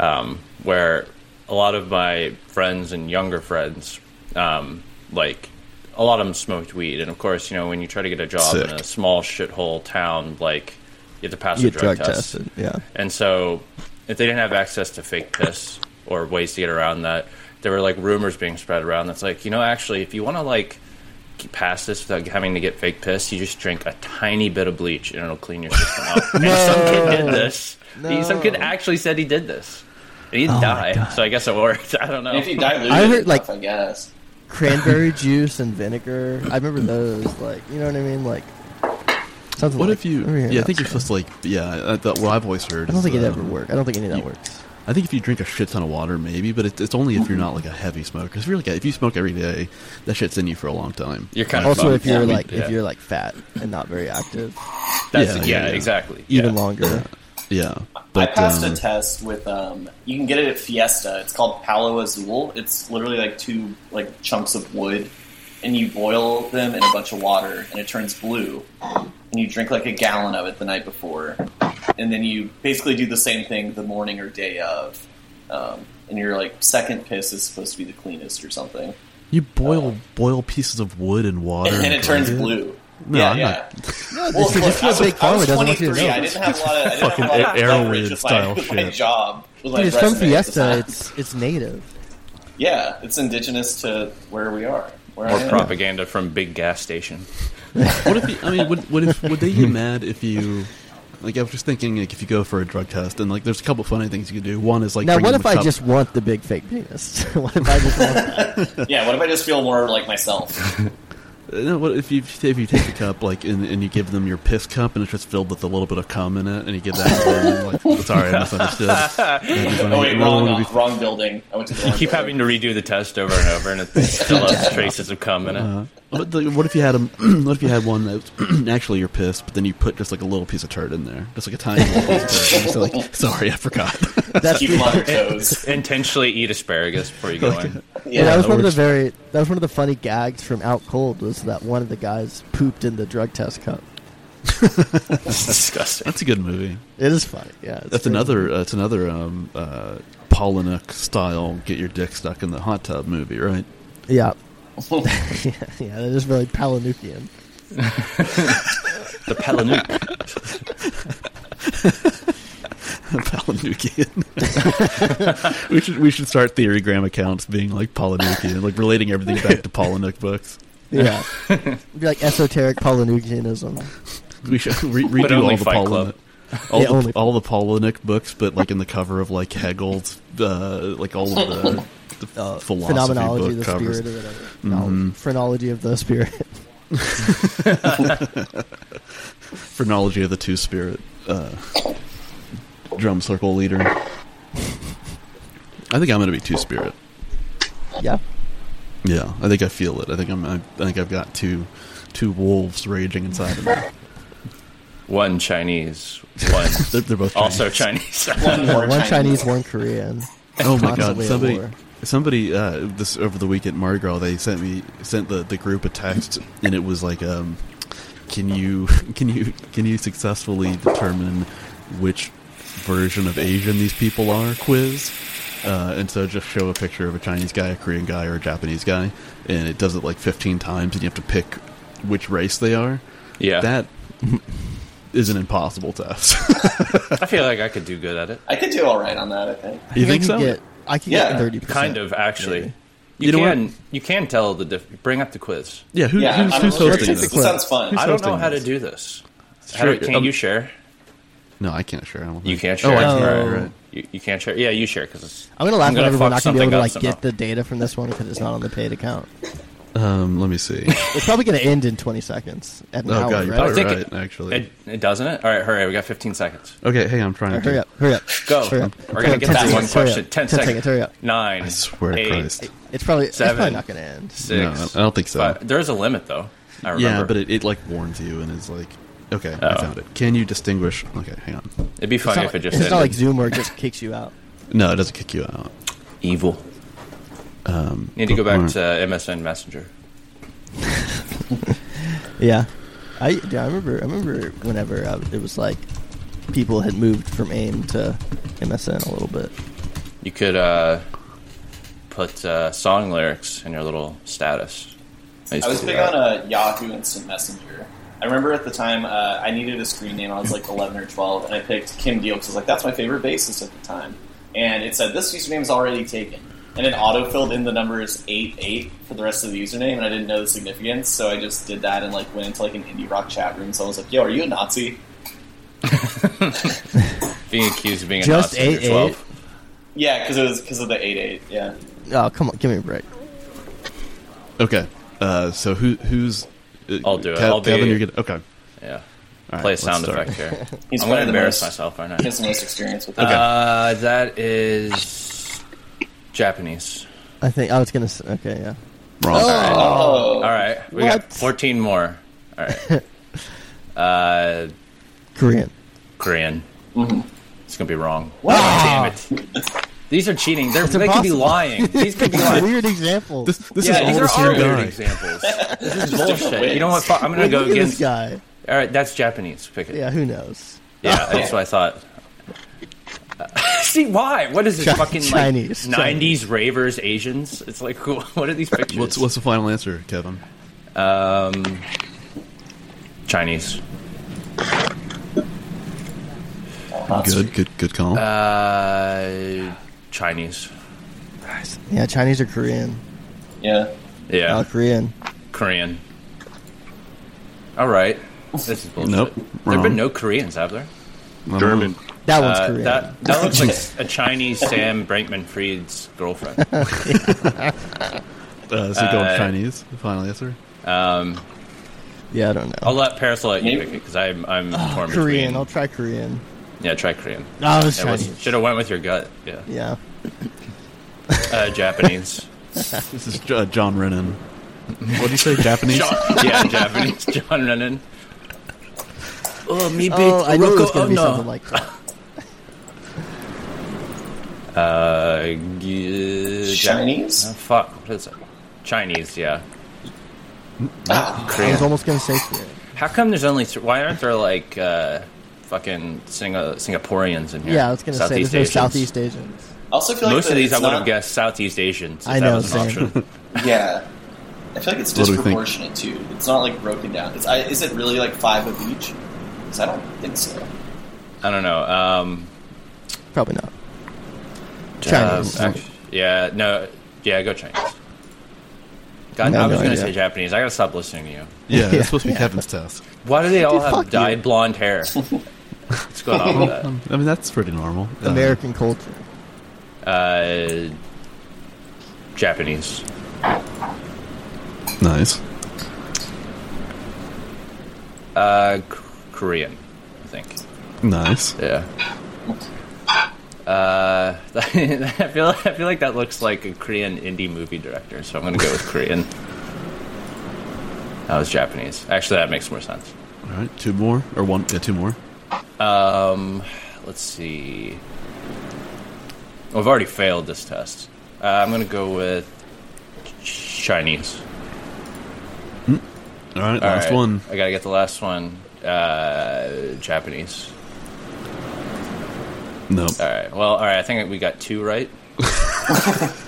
Speaker 3: um, where a lot of my friends and younger friends, um, like a lot of them smoked weed, and of course, you know, when you try to get a job in
Speaker 4: Sick.
Speaker 3: a small shithole town, like you have to pass
Speaker 2: you
Speaker 3: a
Speaker 2: get
Speaker 3: drug,
Speaker 2: drug
Speaker 3: test.
Speaker 2: tested. Yeah.
Speaker 3: And so, if they didn't have access to fake piss or ways to get around that, there were like rumors being spread around that's like, you know, actually, if you want to like get past this without having to get fake piss, you just drink a tiny bit of bleach and it'll clean your system up. And some kid did this. He- some kid
Speaker 2: No. Oh
Speaker 3: actually said he did this. He didn't die, so I guess it worked. I don't know.
Speaker 5: And if you dilute
Speaker 2: I
Speaker 5: it
Speaker 2: heard, like-
Speaker 5: enough, I guess.
Speaker 2: Cranberry juice and vinegar. I remember those. Like you know what I mean. Like something.
Speaker 4: what
Speaker 2: like-
Speaker 4: if
Speaker 5: Oh,
Speaker 4: you?
Speaker 2: I remember hearing
Speaker 4: Yeah, I
Speaker 2: that
Speaker 4: think you're
Speaker 2: story.
Speaker 4: supposed to like. Yeah, I, that, what I've always heard.
Speaker 2: I don't
Speaker 4: is,
Speaker 2: think it
Speaker 4: uh,
Speaker 2: ever worked. I don't think any of that works.
Speaker 4: I think if you drink a shit ton of water, maybe, but it's, it's only if you're not like a heavy smoker. If you're like a, if you smoke every day, that shit's in you for a long time.
Speaker 3: You're kind of
Speaker 2: Also,
Speaker 3: fucked.
Speaker 2: if you're
Speaker 3: Yeah,
Speaker 2: like
Speaker 3: yeah.
Speaker 2: if you're like fat and not very active,
Speaker 3: That's- yeah,
Speaker 4: Yeah, yeah, yeah.
Speaker 3: exactly.
Speaker 2: even
Speaker 3: Yeah.
Speaker 2: longer.
Speaker 4: yeah,
Speaker 5: I
Speaker 4: but
Speaker 5: passed
Speaker 4: um,
Speaker 5: a test with um, you can get it at Fiesta. It's called Palo Azul. It's literally like two like chunks of wood, and you boil them in a bunch of water, and it turns blue. And you drink like a gallon of it the night before, and then you basically do the same thing the morning or day of. Um, and your like second piss is supposed to be the cleanest or something,
Speaker 4: you boil boil uh, pieces of wood and water,
Speaker 5: and then it turns
Speaker 4: drink
Speaker 5: blue.
Speaker 4: No,
Speaker 5: yeah,
Speaker 4: I'm
Speaker 5: yeah.
Speaker 4: not-
Speaker 5: Well,
Speaker 2: It's- it's
Speaker 5: look,
Speaker 2: a
Speaker 5: I was,
Speaker 2: big
Speaker 5: I
Speaker 2: farmer
Speaker 5: was
Speaker 2: doesn't want you to
Speaker 5: 23.
Speaker 2: know
Speaker 5: I
Speaker 2: this.
Speaker 5: didn't have a lot of, I didn't have a lot of
Speaker 4: Fucking
Speaker 5: leverage
Speaker 4: Arrowhead
Speaker 5: with
Speaker 4: style
Speaker 5: my, with my
Speaker 4: shit.
Speaker 5: job. With my
Speaker 2: Dude, it's from
Speaker 5: resume at the
Speaker 2: Fiesta.
Speaker 5: time.
Speaker 2: It's it's native.
Speaker 5: Yeah, it's indigenous to where we are. Where I
Speaker 3: Or
Speaker 5: am.
Speaker 3: propaganda from big gas station.
Speaker 4: What if you, I mean? Would, what if would they get mad if you? Like I was just thinking, like if you go for a drug test, and like there's a couple funny things you could do. One is like
Speaker 2: now,
Speaker 4: bring
Speaker 2: what
Speaker 4: them
Speaker 2: if
Speaker 4: a
Speaker 2: I
Speaker 4: cup-
Speaker 2: just want the big fake penis? what if I just want
Speaker 5: Yeah, what if I just feel more like myself? Oh,
Speaker 4: Uh, no? What if you if you take the cup like and, and you give them your piss cup and it's just filled with a little bit of cum in it, and you give that to them, and like sorry, I misunderstood. That'd be funny.
Speaker 5: oh
Speaker 4: You
Speaker 5: wait,
Speaker 4: really
Speaker 5: wrong,
Speaker 4: wanna be-
Speaker 5: wrong building. I went to the wrong
Speaker 3: Keep
Speaker 5: building.
Speaker 3: having to redo the test over and over, and it still has traces of cum in
Speaker 2: Uh-huh.
Speaker 3: it.
Speaker 4: But the, what if you had a, What if you had one that was actually your piss, but then you put just like a little piece of turd in there, just like a tiny little piece of turd. And you're still like, sorry, I forgot.
Speaker 2: that's
Speaker 5: keep
Speaker 2: the-
Speaker 5: them on their toes.
Speaker 3: Intentionally eat asparagus before you go in.
Speaker 2: Yeah, that was
Speaker 4: that
Speaker 2: one of the
Speaker 4: works.
Speaker 2: very that was one of the funny gags from Out Cold was that one of the guys pooped in the drug test cup.
Speaker 3: That's disgusting.
Speaker 4: That's a good movie.
Speaker 2: It is funny. Yeah, it's
Speaker 4: That's
Speaker 2: pretty-
Speaker 4: another. Uh, it's another um, uh, Polinick style. Get your dick stuck in the hot tub movie, right?
Speaker 2: Yeah. yeah, yeah, that is really Palanukian.
Speaker 3: The Pelanook.
Speaker 4: Polynukian. we should we should start theorygram accounts being like Polynukian, like relating everything back to Polinick books.
Speaker 2: Yeah, It'd be like esoteric Palanukianism.
Speaker 4: We should re- redo
Speaker 3: But only
Speaker 4: all the
Speaker 3: Fight
Speaker 4: Polinick.
Speaker 3: Club.
Speaker 4: All,
Speaker 2: Yeah,
Speaker 4: the,
Speaker 2: only-
Speaker 4: all the Polinick books, but like in the cover of like Hegel's, uh, like all of the, the uh, philosophy
Speaker 2: Phenomenology
Speaker 4: book
Speaker 2: of the
Speaker 4: covers.
Speaker 2: spirit, or whatever. No, phrenology of the spirit.
Speaker 4: Phrenology of the Two Spirit uh, drum circle leader. I think I'm going to be Two Spirit.
Speaker 2: yeah,
Speaker 4: Yeah, I think I feel it. I think I'm. I, think I've got two, two wolves raging inside of me.
Speaker 3: One Chinese, one
Speaker 4: They're, they're both
Speaker 3: also
Speaker 4: Chinese.
Speaker 3: Chinese.
Speaker 5: One
Speaker 2: Yeah,
Speaker 5: more
Speaker 2: one Chinese,
Speaker 5: Chinese.
Speaker 2: one Korean.
Speaker 4: Oh my god!
Speaker 2: Constantly at
Speaker 4: Somebody,
Speaker 2: war.
Speaker 4: somebody. Uh, this over the weekend, Mardi Gras. They sent me sent the, the group a text, and it was like, um, "Can you can you can you successfully determine which version of Asian these people are?" Quiz. Uh, and so just show a picture of a Chinese guy, a Korean guy, or a Japanese guy, and it does it like 15 times, and you have to pick which race they are.
Speaker 3: Yeah.
Speaker 4: That is an impossible test.
Speaker 3: I feel like I could do good at it.
Speaker 5: I could do all right on that. I think.
Speaker 4: you
Speaker 2: I can
Speaker 4: think so?
Speaker 2: Get, I can
Speaker 5: Yeah,
Speaker 2: get thirty percent.
Speaker 3: Kind of, actually. You,
Speaker 4: You know what?
Speaker 3: can you can tell the diff- bring up the quiz.
Speaker 4: Yeah, who,
Speaker 5: Yeah,
Speaker 4: who's,
Speaker 5: I'm
Speaker 4: who's
Speaker 5: really
Speaker 4: hosting
Speaker 5: curious.
Speaker 4: this?
Speaker 5: This sounds fun.
Speaker 3: I
Speaker 5: I,
Speaker 3: don't know
Speaker 4: hosting
Speaker 3: how to
Speaker 4: this?
Speaker 3: do this. How
Speaker 4: Sure,
Speaker 3: do- can
Speaker 4: um,
Speaker 3: you share?
Speaker 4: No, I can't share. I don't
Speaker 3: You
Speaker 4: think.
Speaker 3: can't share.
Speaker 4: Oh, I
Speaker 2: No.
Speaker 4: can. Right, right.
Speaker 3: You, you can't share. Yeah, you share because it's.
Speaker 2: I'm gonna laugh at everyone not
Speaker 3: fuck
Speaker 2: gonna be
Speaker 3: something
Speaker 2: able to
Speaker 3: up
Speaker 2: like
Speaker 3: somehow.
Speaker 2: get the data from this one because it's not on the paid account.
Speaker 4: Um, let me see. Oh
Speaker 2: It's probably gonna end in 20 seconds. At an hour,
Speaker 4: god, you're
Speaker 2: right?
Speaker 4: probably
Speaker 3: I
Speaker 4: right.
Speaker 3: think it-
Speaker 4: actually.
Speaker 3: It, it doesn't it? All right, hurry. We got 15 seconds.
Speaker 4: okay, hey, I'm trying. to
Speaker 2: Hurry up! Hurry up!
Speaker 3: Go.
Speaker 2: Hurry up.
Speaker 3: We're
Speaker 2: Hurry
Speaker 3: gonna
Speaker 2: up,
Speaker 3: get
Speaker 2: 10
Speaker 3: that one
Speaker 2: seconds, hurry
Speaker 3: question.
Speaker 2: up,
Speaker 3: 10
Speaker 2: 10
Speaker 3: seconds.
Speaker 2: seconds, hurry up.
Speaker 3: Nine.
Speaker 4: I swear to
Speaker 3: eight,
Speaker 4: Christ.
Speaker 2: It's probably it's
Speaker 3: Seven.
Speaker 2: probably not gonna end.
Speaker 3: Six.
Speaker 4: No, I don't think so.
Speaker 3: five. There's a limit though. I remember.
Speaker 4: Yeah, but it, it like warns you and is like, okay, I
Speaker 3: Oh.
Speaker 4: found it. Can you distinguish? Okay, hang on.
Speaker 3: would be
Speaker 2: It's
Speaker 3: funny
Speaker 2: not
Speaker 3: if it
Speaker 2: like-
Speaker 3: just
Speaker 2: it's
Speaker 3: ended.
Speaker 2: not like Zoom where it just kicks you out.
Speaker 4: No, it doesn't kick you out.
Speaker 3: evil. Um, Need to go back
Speaker 4: bookmark.
Speaker 3: to MSN Messenger.
Speaker 2: Yeah, I yeah, I remember I remember whenever uh it was like people had moved from AIM to MSN a little bit.
Speaker 3: You could uh, put uh, song lyrics in your little status. used to
Speaker 5: was
Speaker 3: do
Speaker 5: big
Speaker 3: that.
Speaker 5: on uh, Yahoo Instant Messenger. I remember at the time uh, I needed a screen name. I was like 11 or 12, and I picked Kim Deal because I was like, that's my favorite bassist at the time. And it said this username is already taken, and it auto filled in the numbers eight eight for the rest of the username, and I didn't know the significance, so I just did that and like went into like an indie rock chat room. So I was like, yo, are you a Nazi?
Speaker 3: being accused of being a
Speaker 2: Just
Speaker 3: Nazi at
Speaker 2: eight,
Speaker 3: 12.
Speaker 5: Yeah, because it was because of the eight eight. Yeah.
Speaker 2: Oh come on, give me a break.
Speaker 4: Okay, uh, so who who's? Uh,
Speaker 3: I'll do it.
Speaker 4: Kev-
Speaker 3: I'll be-
Speaker 4: Kevin, you're good. Okay, All
Speaker 3: Yeah.
Speaker 4: right,
Speaker 3: Play a
Speaker 4: let's
Speaker 3: sound
Speaker 4: start.
Speaker 3: effect here.
Speaker 5: He's
Speaker 3: I'm going to
Speaker 5: probably the
Speaker 3: embarrass
Speaker 5: most-
Speaker 3: myself right now.
Speaker 5: He has the most experience with that.
Speaker 3: Uh, that is Japanese.
Speaker 2: I think I was gonna. s- Okay, yeah.
Speaker 4: Wrong.
Speaker 5: oh,
Speaker 3: All right. We
Speaker 2: What?
Speaker 3: got 14 more. All right. uh,
Speaker 2: Korean.
Speaker 3: Korean. It's going to be wrong. What? Damn it. These are cheating. They're, they could be
Speaker 2: impossible.
Speaker 3: lying. These could be lying.
Speaker 2: Weird example.
Speaker 4: This, this
Speaker 3: yeah,
Speaker 4: is all
Speaker 3: these are
Speaker 4: the
Speaker 3: all
Speaker 4: same
Speaker 3: weird
Speaker 4: guy.
Speaker 3: examples. This is
Speaker 5: different
Speaker 3: bullshit.
Speaker 5: ways.
Speaker 3: You know what? Fuck, I'm going to
Speaker 2: Look
Speaker 3: go
Speaker 2: at this
Speaker 3: against. All
Speaker 2: guy.
Speaker 3: right, that's Japanese. Pick it.
Speaker 2: Yeah, who knows?
Speaker 3: Yeah, that's what I thought. See why? What is this
Speaker 2: Chi-
Speaker 3: fucking like,
Speaker 2: Chinese,
Speaker 3: '90s ravers Asians? It's like, who- what are these pictures?
Speaker 4: What's what's the final answer, Kevin?
Speaker 3: um, Chinese?
Speaker 4: Good, good, good call.
Speaker 3: Uh, Chinese.
Speaker 2: Yeah, Chinese or Korean.
Speaker 5: yeah.
Speaker 3: Yeah,
Speaker 2: Oh, Korean.
Speaker 3: Korean. All right, this is bullshit.
Speaker 4: Nope,
Speaker 3: There've
Speaker 4: wrong.
Speaker 3: been no Koreans, have there?
Speaker 4: Well,
Speaker 6: German.
Speaker 2: That one's
Speaker 3: Uh,
Speaker 2: Korean.
Speaker 3: that that looks like a Chinese Sam Brinkman-Fried's girlfriend.
Speaker 4: Uh, so you go
Speaker 3: uh,
Speaker 4: with Chinese. The final answer.
Speaker 2: yeah, I don't know.
Speaker 3: I'll let Paris let you
Speaker 5: Maybe-
Speaker 3: pick it because I'm I'm torn between-
Speaker 2: Ah, Korean. I'll try Korean.
Speaker 3: Yeah, try Korean.
Speaker 2: No, it's
Speaker 3: Yeah,
Speaker 2: Oh, Chinese.
Speaker 3: Should have went with your gut. Yeah.
Speaker 2: Yeah.
Speaker 3: Uh, Japanese.
Speaker 4: This is uh, John Rennan. What do you say, Japanese?
Speaker 3: John, yeah, Japanese. John Lennon. Oh, me Oh,
Speaker 2: Oh, I knew it was going to be something like that.
Speaker 3: Uh, g-
Speaker 5: Chinese?
Speaker 3: Oh, fuck. What is it? Chinese, yeah.
Speaker 2: I was almost gonna say Korean.
Speaker 3: How come there's only th- why aren't there like uh, fucking Singa- Singaporeans in here?
Speaker 2: Yeah, I was gonna
Speaker 3: Southeast
Speaker 2: say there's no
Speaker 3: Asians.
Speaker 2: Southeast Asians.
Speaker 5: I also feel like
Speaker 3: Most of
Speaker 5: that
Speaker 3: these I
Speaker 5: it's
Speaker 3: would have
Speaker 5: not-
Speaker 3: guessed Southeast Asians. If
Speaker 2: I
Speaker 3: that
Speaker 2: know,
Speaker 3: was an
Speaker 2: same.
Speaker 3: option.
Speaker 5: Yeah, I feel like it's
Speaker 4: What do we think?
Speaker 5: disproportionate too. It's not like broken down. It's, I, is it really like five of each? Because I don't think so.
Speaker 3: I don't know. Um,
Speaker 2: Probably not.
Speaker 3: Chinese.
Speaker 2: Chinese.
Speaker 3: uh, um, yeah, no, yeah, go Chinese. God,
Speaker 2: No,
Speaker 3: I was
Speaker 2: no
Speaker 3: going to
Speaker 2: idea.
Speaker 3: say Japanese. I got to stop listening to you.
Speaker 4: Yeah,
Speaker 2: Yeah.
Speaker 4: that's supposed to be Kevin's task.
Speaker 3: Why do they all
Speaker 2: Dude, fuck
Speaker 3: have
Speaker 2: you.
Speaker 3: dyed blonde hair? What's going on with
Speaker 4: Um, I mean, that's pretty normal. Uh,
Speaker 2: American culture.
Speaker 3: that? Uh, Japanese.
Speaker 4: nice.
Speaker 3: Uh, K- Korean, I think.
Speaker 4: Nice.
Speaker 3: Yeah. Uh, I feel I feel like that looks like a Korean indie movie director, so I'm gonna go with Korean. That was Japanese. Actually, that makes more sense.
Speaker 4: All right, two more or one? Yeah, two more.
Speaker 3: Um, let's see. Well, I've already failed this test. Uh, I'm gonna go with Chinese.
Speaker 4: All right,
Speaker 3: All
Speaker 4: last
Speaker 3: right,
Speaker 4: one.
Speaker 3: I gotta get the last one. Uh, Japanese.
Speaker 4: Nope.
Speaker 3: All right. Well, all right. I think we got two right.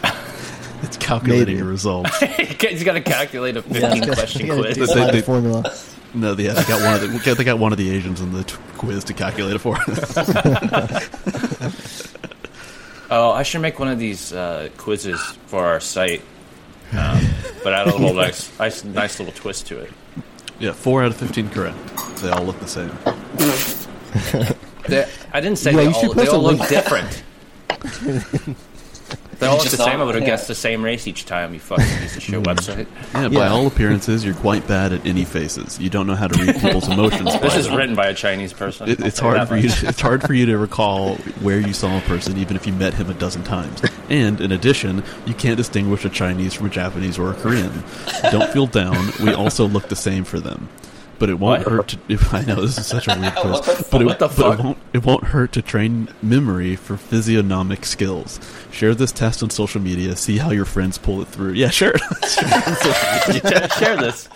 Speaker 4: It's calculating
Speaker 2: Maybe.
Speaker 4: your results.
Speaker 3: He's got to calculate a
Speaker 2: Yeah,
Speaker 3: 15 question
Speaker 2: yeah,
Speaker 3: quiz.
Speaker 2: it's
Speaker 4: They-
Speaker 2: not a
Speaker 4: they-
Speaker 2: formula.
Speaker 4: no, they, they got one of the we got- they got one of the Asians in the t- quiz to calculate it for us.
Speaker 3: Oh, I should make one of these uh, quizzes for our site, um, but add a little nice, nice, nice little twist to it.
Speaker 4: yeah, four out of fifteen correct. They all look the same.
Speaker 3: They- I didn't say
Speaker 2: Yeah,
Speaker 3: they
Speaker 2: you should
Speaker 3: all, they
Speaker 2: post a
Speaker 3: all look
Speaker 2: link.
Speaker 3: different. they all look the
Speaker 5: Just all-
Speaker 3: same. I would have
Speaker 5: yeah.
Speaker 3: guessed the same race each time. You fucking piece of shit website.
Speaker 4: Yeah, by
Speaker 2: Yeah.
Speaker 4: all appearances, you're quite bad at any faces. You don't know how to read people's emotions. by
Speaker 3: This is
Speaker 4: them.
Speaker 3: written by a Chinese person.
Speaker 4: It,
Speaker 3: I'll
Speaker 4: it's
Speaker 3: say that
Speaker 4: hard for you.
Speaker 3: much.
Speaker 4: To, it's hard for you to recall where you saw a person, even if you met him a dozen times. And in addition, you can't distinguish a Chinese from a Japanese or a Korean. Don't feel down. We also look the same for them. But it won't
Speaker 3: What?
Speaker 4: hurt. To, if, I know this is such a weird quiz,
Speaker 5: What the
Speaker 4: but, it,
Speaker 3: fuck? What the
Speaker 4: but
Speaker 3: fuck?
Speaker 4: it won't. It won't hurt to train memory for physiognomic skills. Share this test on social media. See how your friends pull it through. Yeah, sure.
Speaker 3: share this.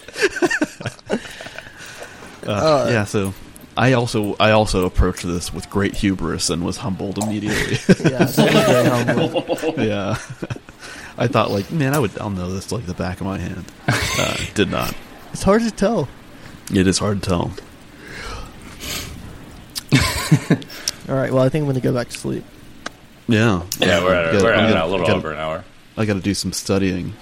Speaker 4: Uh, yeah, so I also I also approached this with great hubris and was humbled immediately.
Speaker 2: Yeah, it's not very humble.
Speaker 4: yeah, I thought like, man, I would I'll know this like the back of my hand. Uh, did not.
Speaker 2: It's hard to tell.
Speaker 4: It is hard to tell.
Speaker 2: All right. Well, I think I'm gonna go back to sleep.
Speaker 4: Yeah,
Speaker 3: Yeah, we're at,
Speaker 4: Yeah,
Speaker 3: we're
Speaker 4: I'm
Speaker 3: at
Speaker 4: gonna-
Speaker 3: a little
Speaker 4: gotta-
Speaker 3: over an hour.
Speaker 4: I got to do some studying.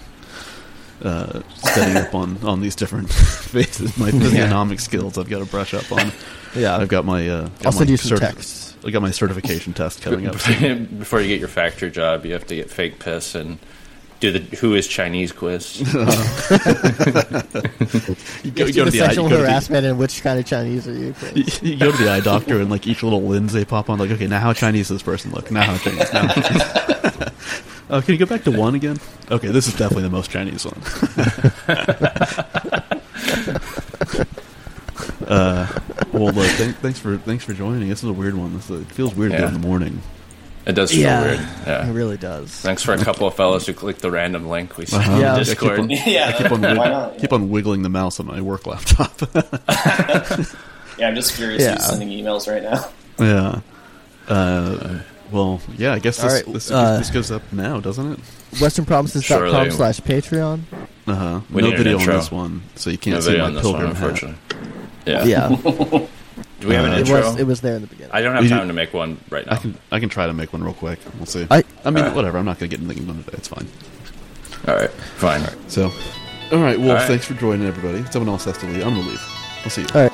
Speaker 4: Uh, studying up on, on these different faces, my physiognomic skills. I've got to brush up on. Yeah, I've got my. Uh, got
Speaker 2: I'll send
Speaker 4: my
Speaker 2: you some
Speaker 4: certi-
Speaker 2: texts.
Speaker 4: I got my certification test coming up.
Speaker 3: Before you get your factory job, you have to get fake piss and do the who is Chinese quiz.
Speaker 4: You go,
Speaker 2: Go,
Speaker 4: you go to the, eye- you
Speaker 2: sexual
Speaker 4: go to the
Speaker 2: harassment and which kind of Chinese are you? Chris?
Speaker 4: you you go to the eye doctor and like each little lens they pop on like okay now how chinese does this person look now how chinese now how chinese oh can you go back to one again okay this is definitely the most chinese one uh, well look thank, thanks for thanks for joining this is a weird one this, it feels weird to do
Speaker 3: Yeah.
Speaker 4: it in the morning
Speaker 3: It does feel
Speaker 2: Yeah.
Speaker 3: weird.
Speaker 2: It
Speaker 3: Yeah.
Speaker 2: really does.
Speaker 3: Thanks for a couple of fellas who clicked the random link we sent
Speaker 4: Uh-huh.
Speaker 3: in
Speaker 2: Yeah.
Speaker 3: the
Speaker 4: I keep on,
Speaker 3: Discord.
Speaker 5: Yeah,
Speaker 4: I keep on, wig-
Speaker 5: why not?
Speaker 4: keep on wiggling the mouse on my work laptop
Speaker 5: Yeah, I'm just curious
Speaker 2: Yeah.
Speaker 5: who's sending emails right now.
Speaker 4: yeah uh, well yeah i guess
Speaker 2: All
Speaker 4: this,
Speaker 2: right,
Speaker 4: this,
Speaker 2: uh,
Speaker 4: this goes up now doesn't it
Speaker 2: WesternPromises.com
Speaker 3: Surely.
Speaker 2: slash Patreon.
Speaker 4: Uh huh.
Speaker 3: We
Speaker 4: No
Speaker 3: need an
Speaker 4: video on
Speaker 3: intro.
Speaker 4: this one, so you can't
Speaker 3: No
Speaker 4: see
Speaker 3: video
Speaker 4: my
Speaker 3: on this one,
Speaker 4: pilgrim hat.
Speaker 3: unfortunately. Yeah.
Speaker 2: Yeah,
Speaker 3: Do we have an
Speaker 4: Uh,
Speaker 2: it
Speaker 3: intro?
Speaker 2: was it was there in the beginning.
Speaker 3: I don't have
Speaker 4: We do-
Speaker 3: time to make one right
Speaker 4: I
Speaker 3: now.
Speaker 4: can I can try to make one real quick. We'll see.
Speaker 2: I-
Speaker 4: I uh, mean,
Speaker 3: Alright.
Speaker 4: whatever. I'm not going to get anything done today. It's fine.
Speaker 3: All right. Fine.
Speaker 4: So, all right. Well,
Speaker 3: Alright.
Speaker 4: thanks for joining everybody. Someone else has to leave. I'm going to leave. I'll see you.
Speaker 2: All right.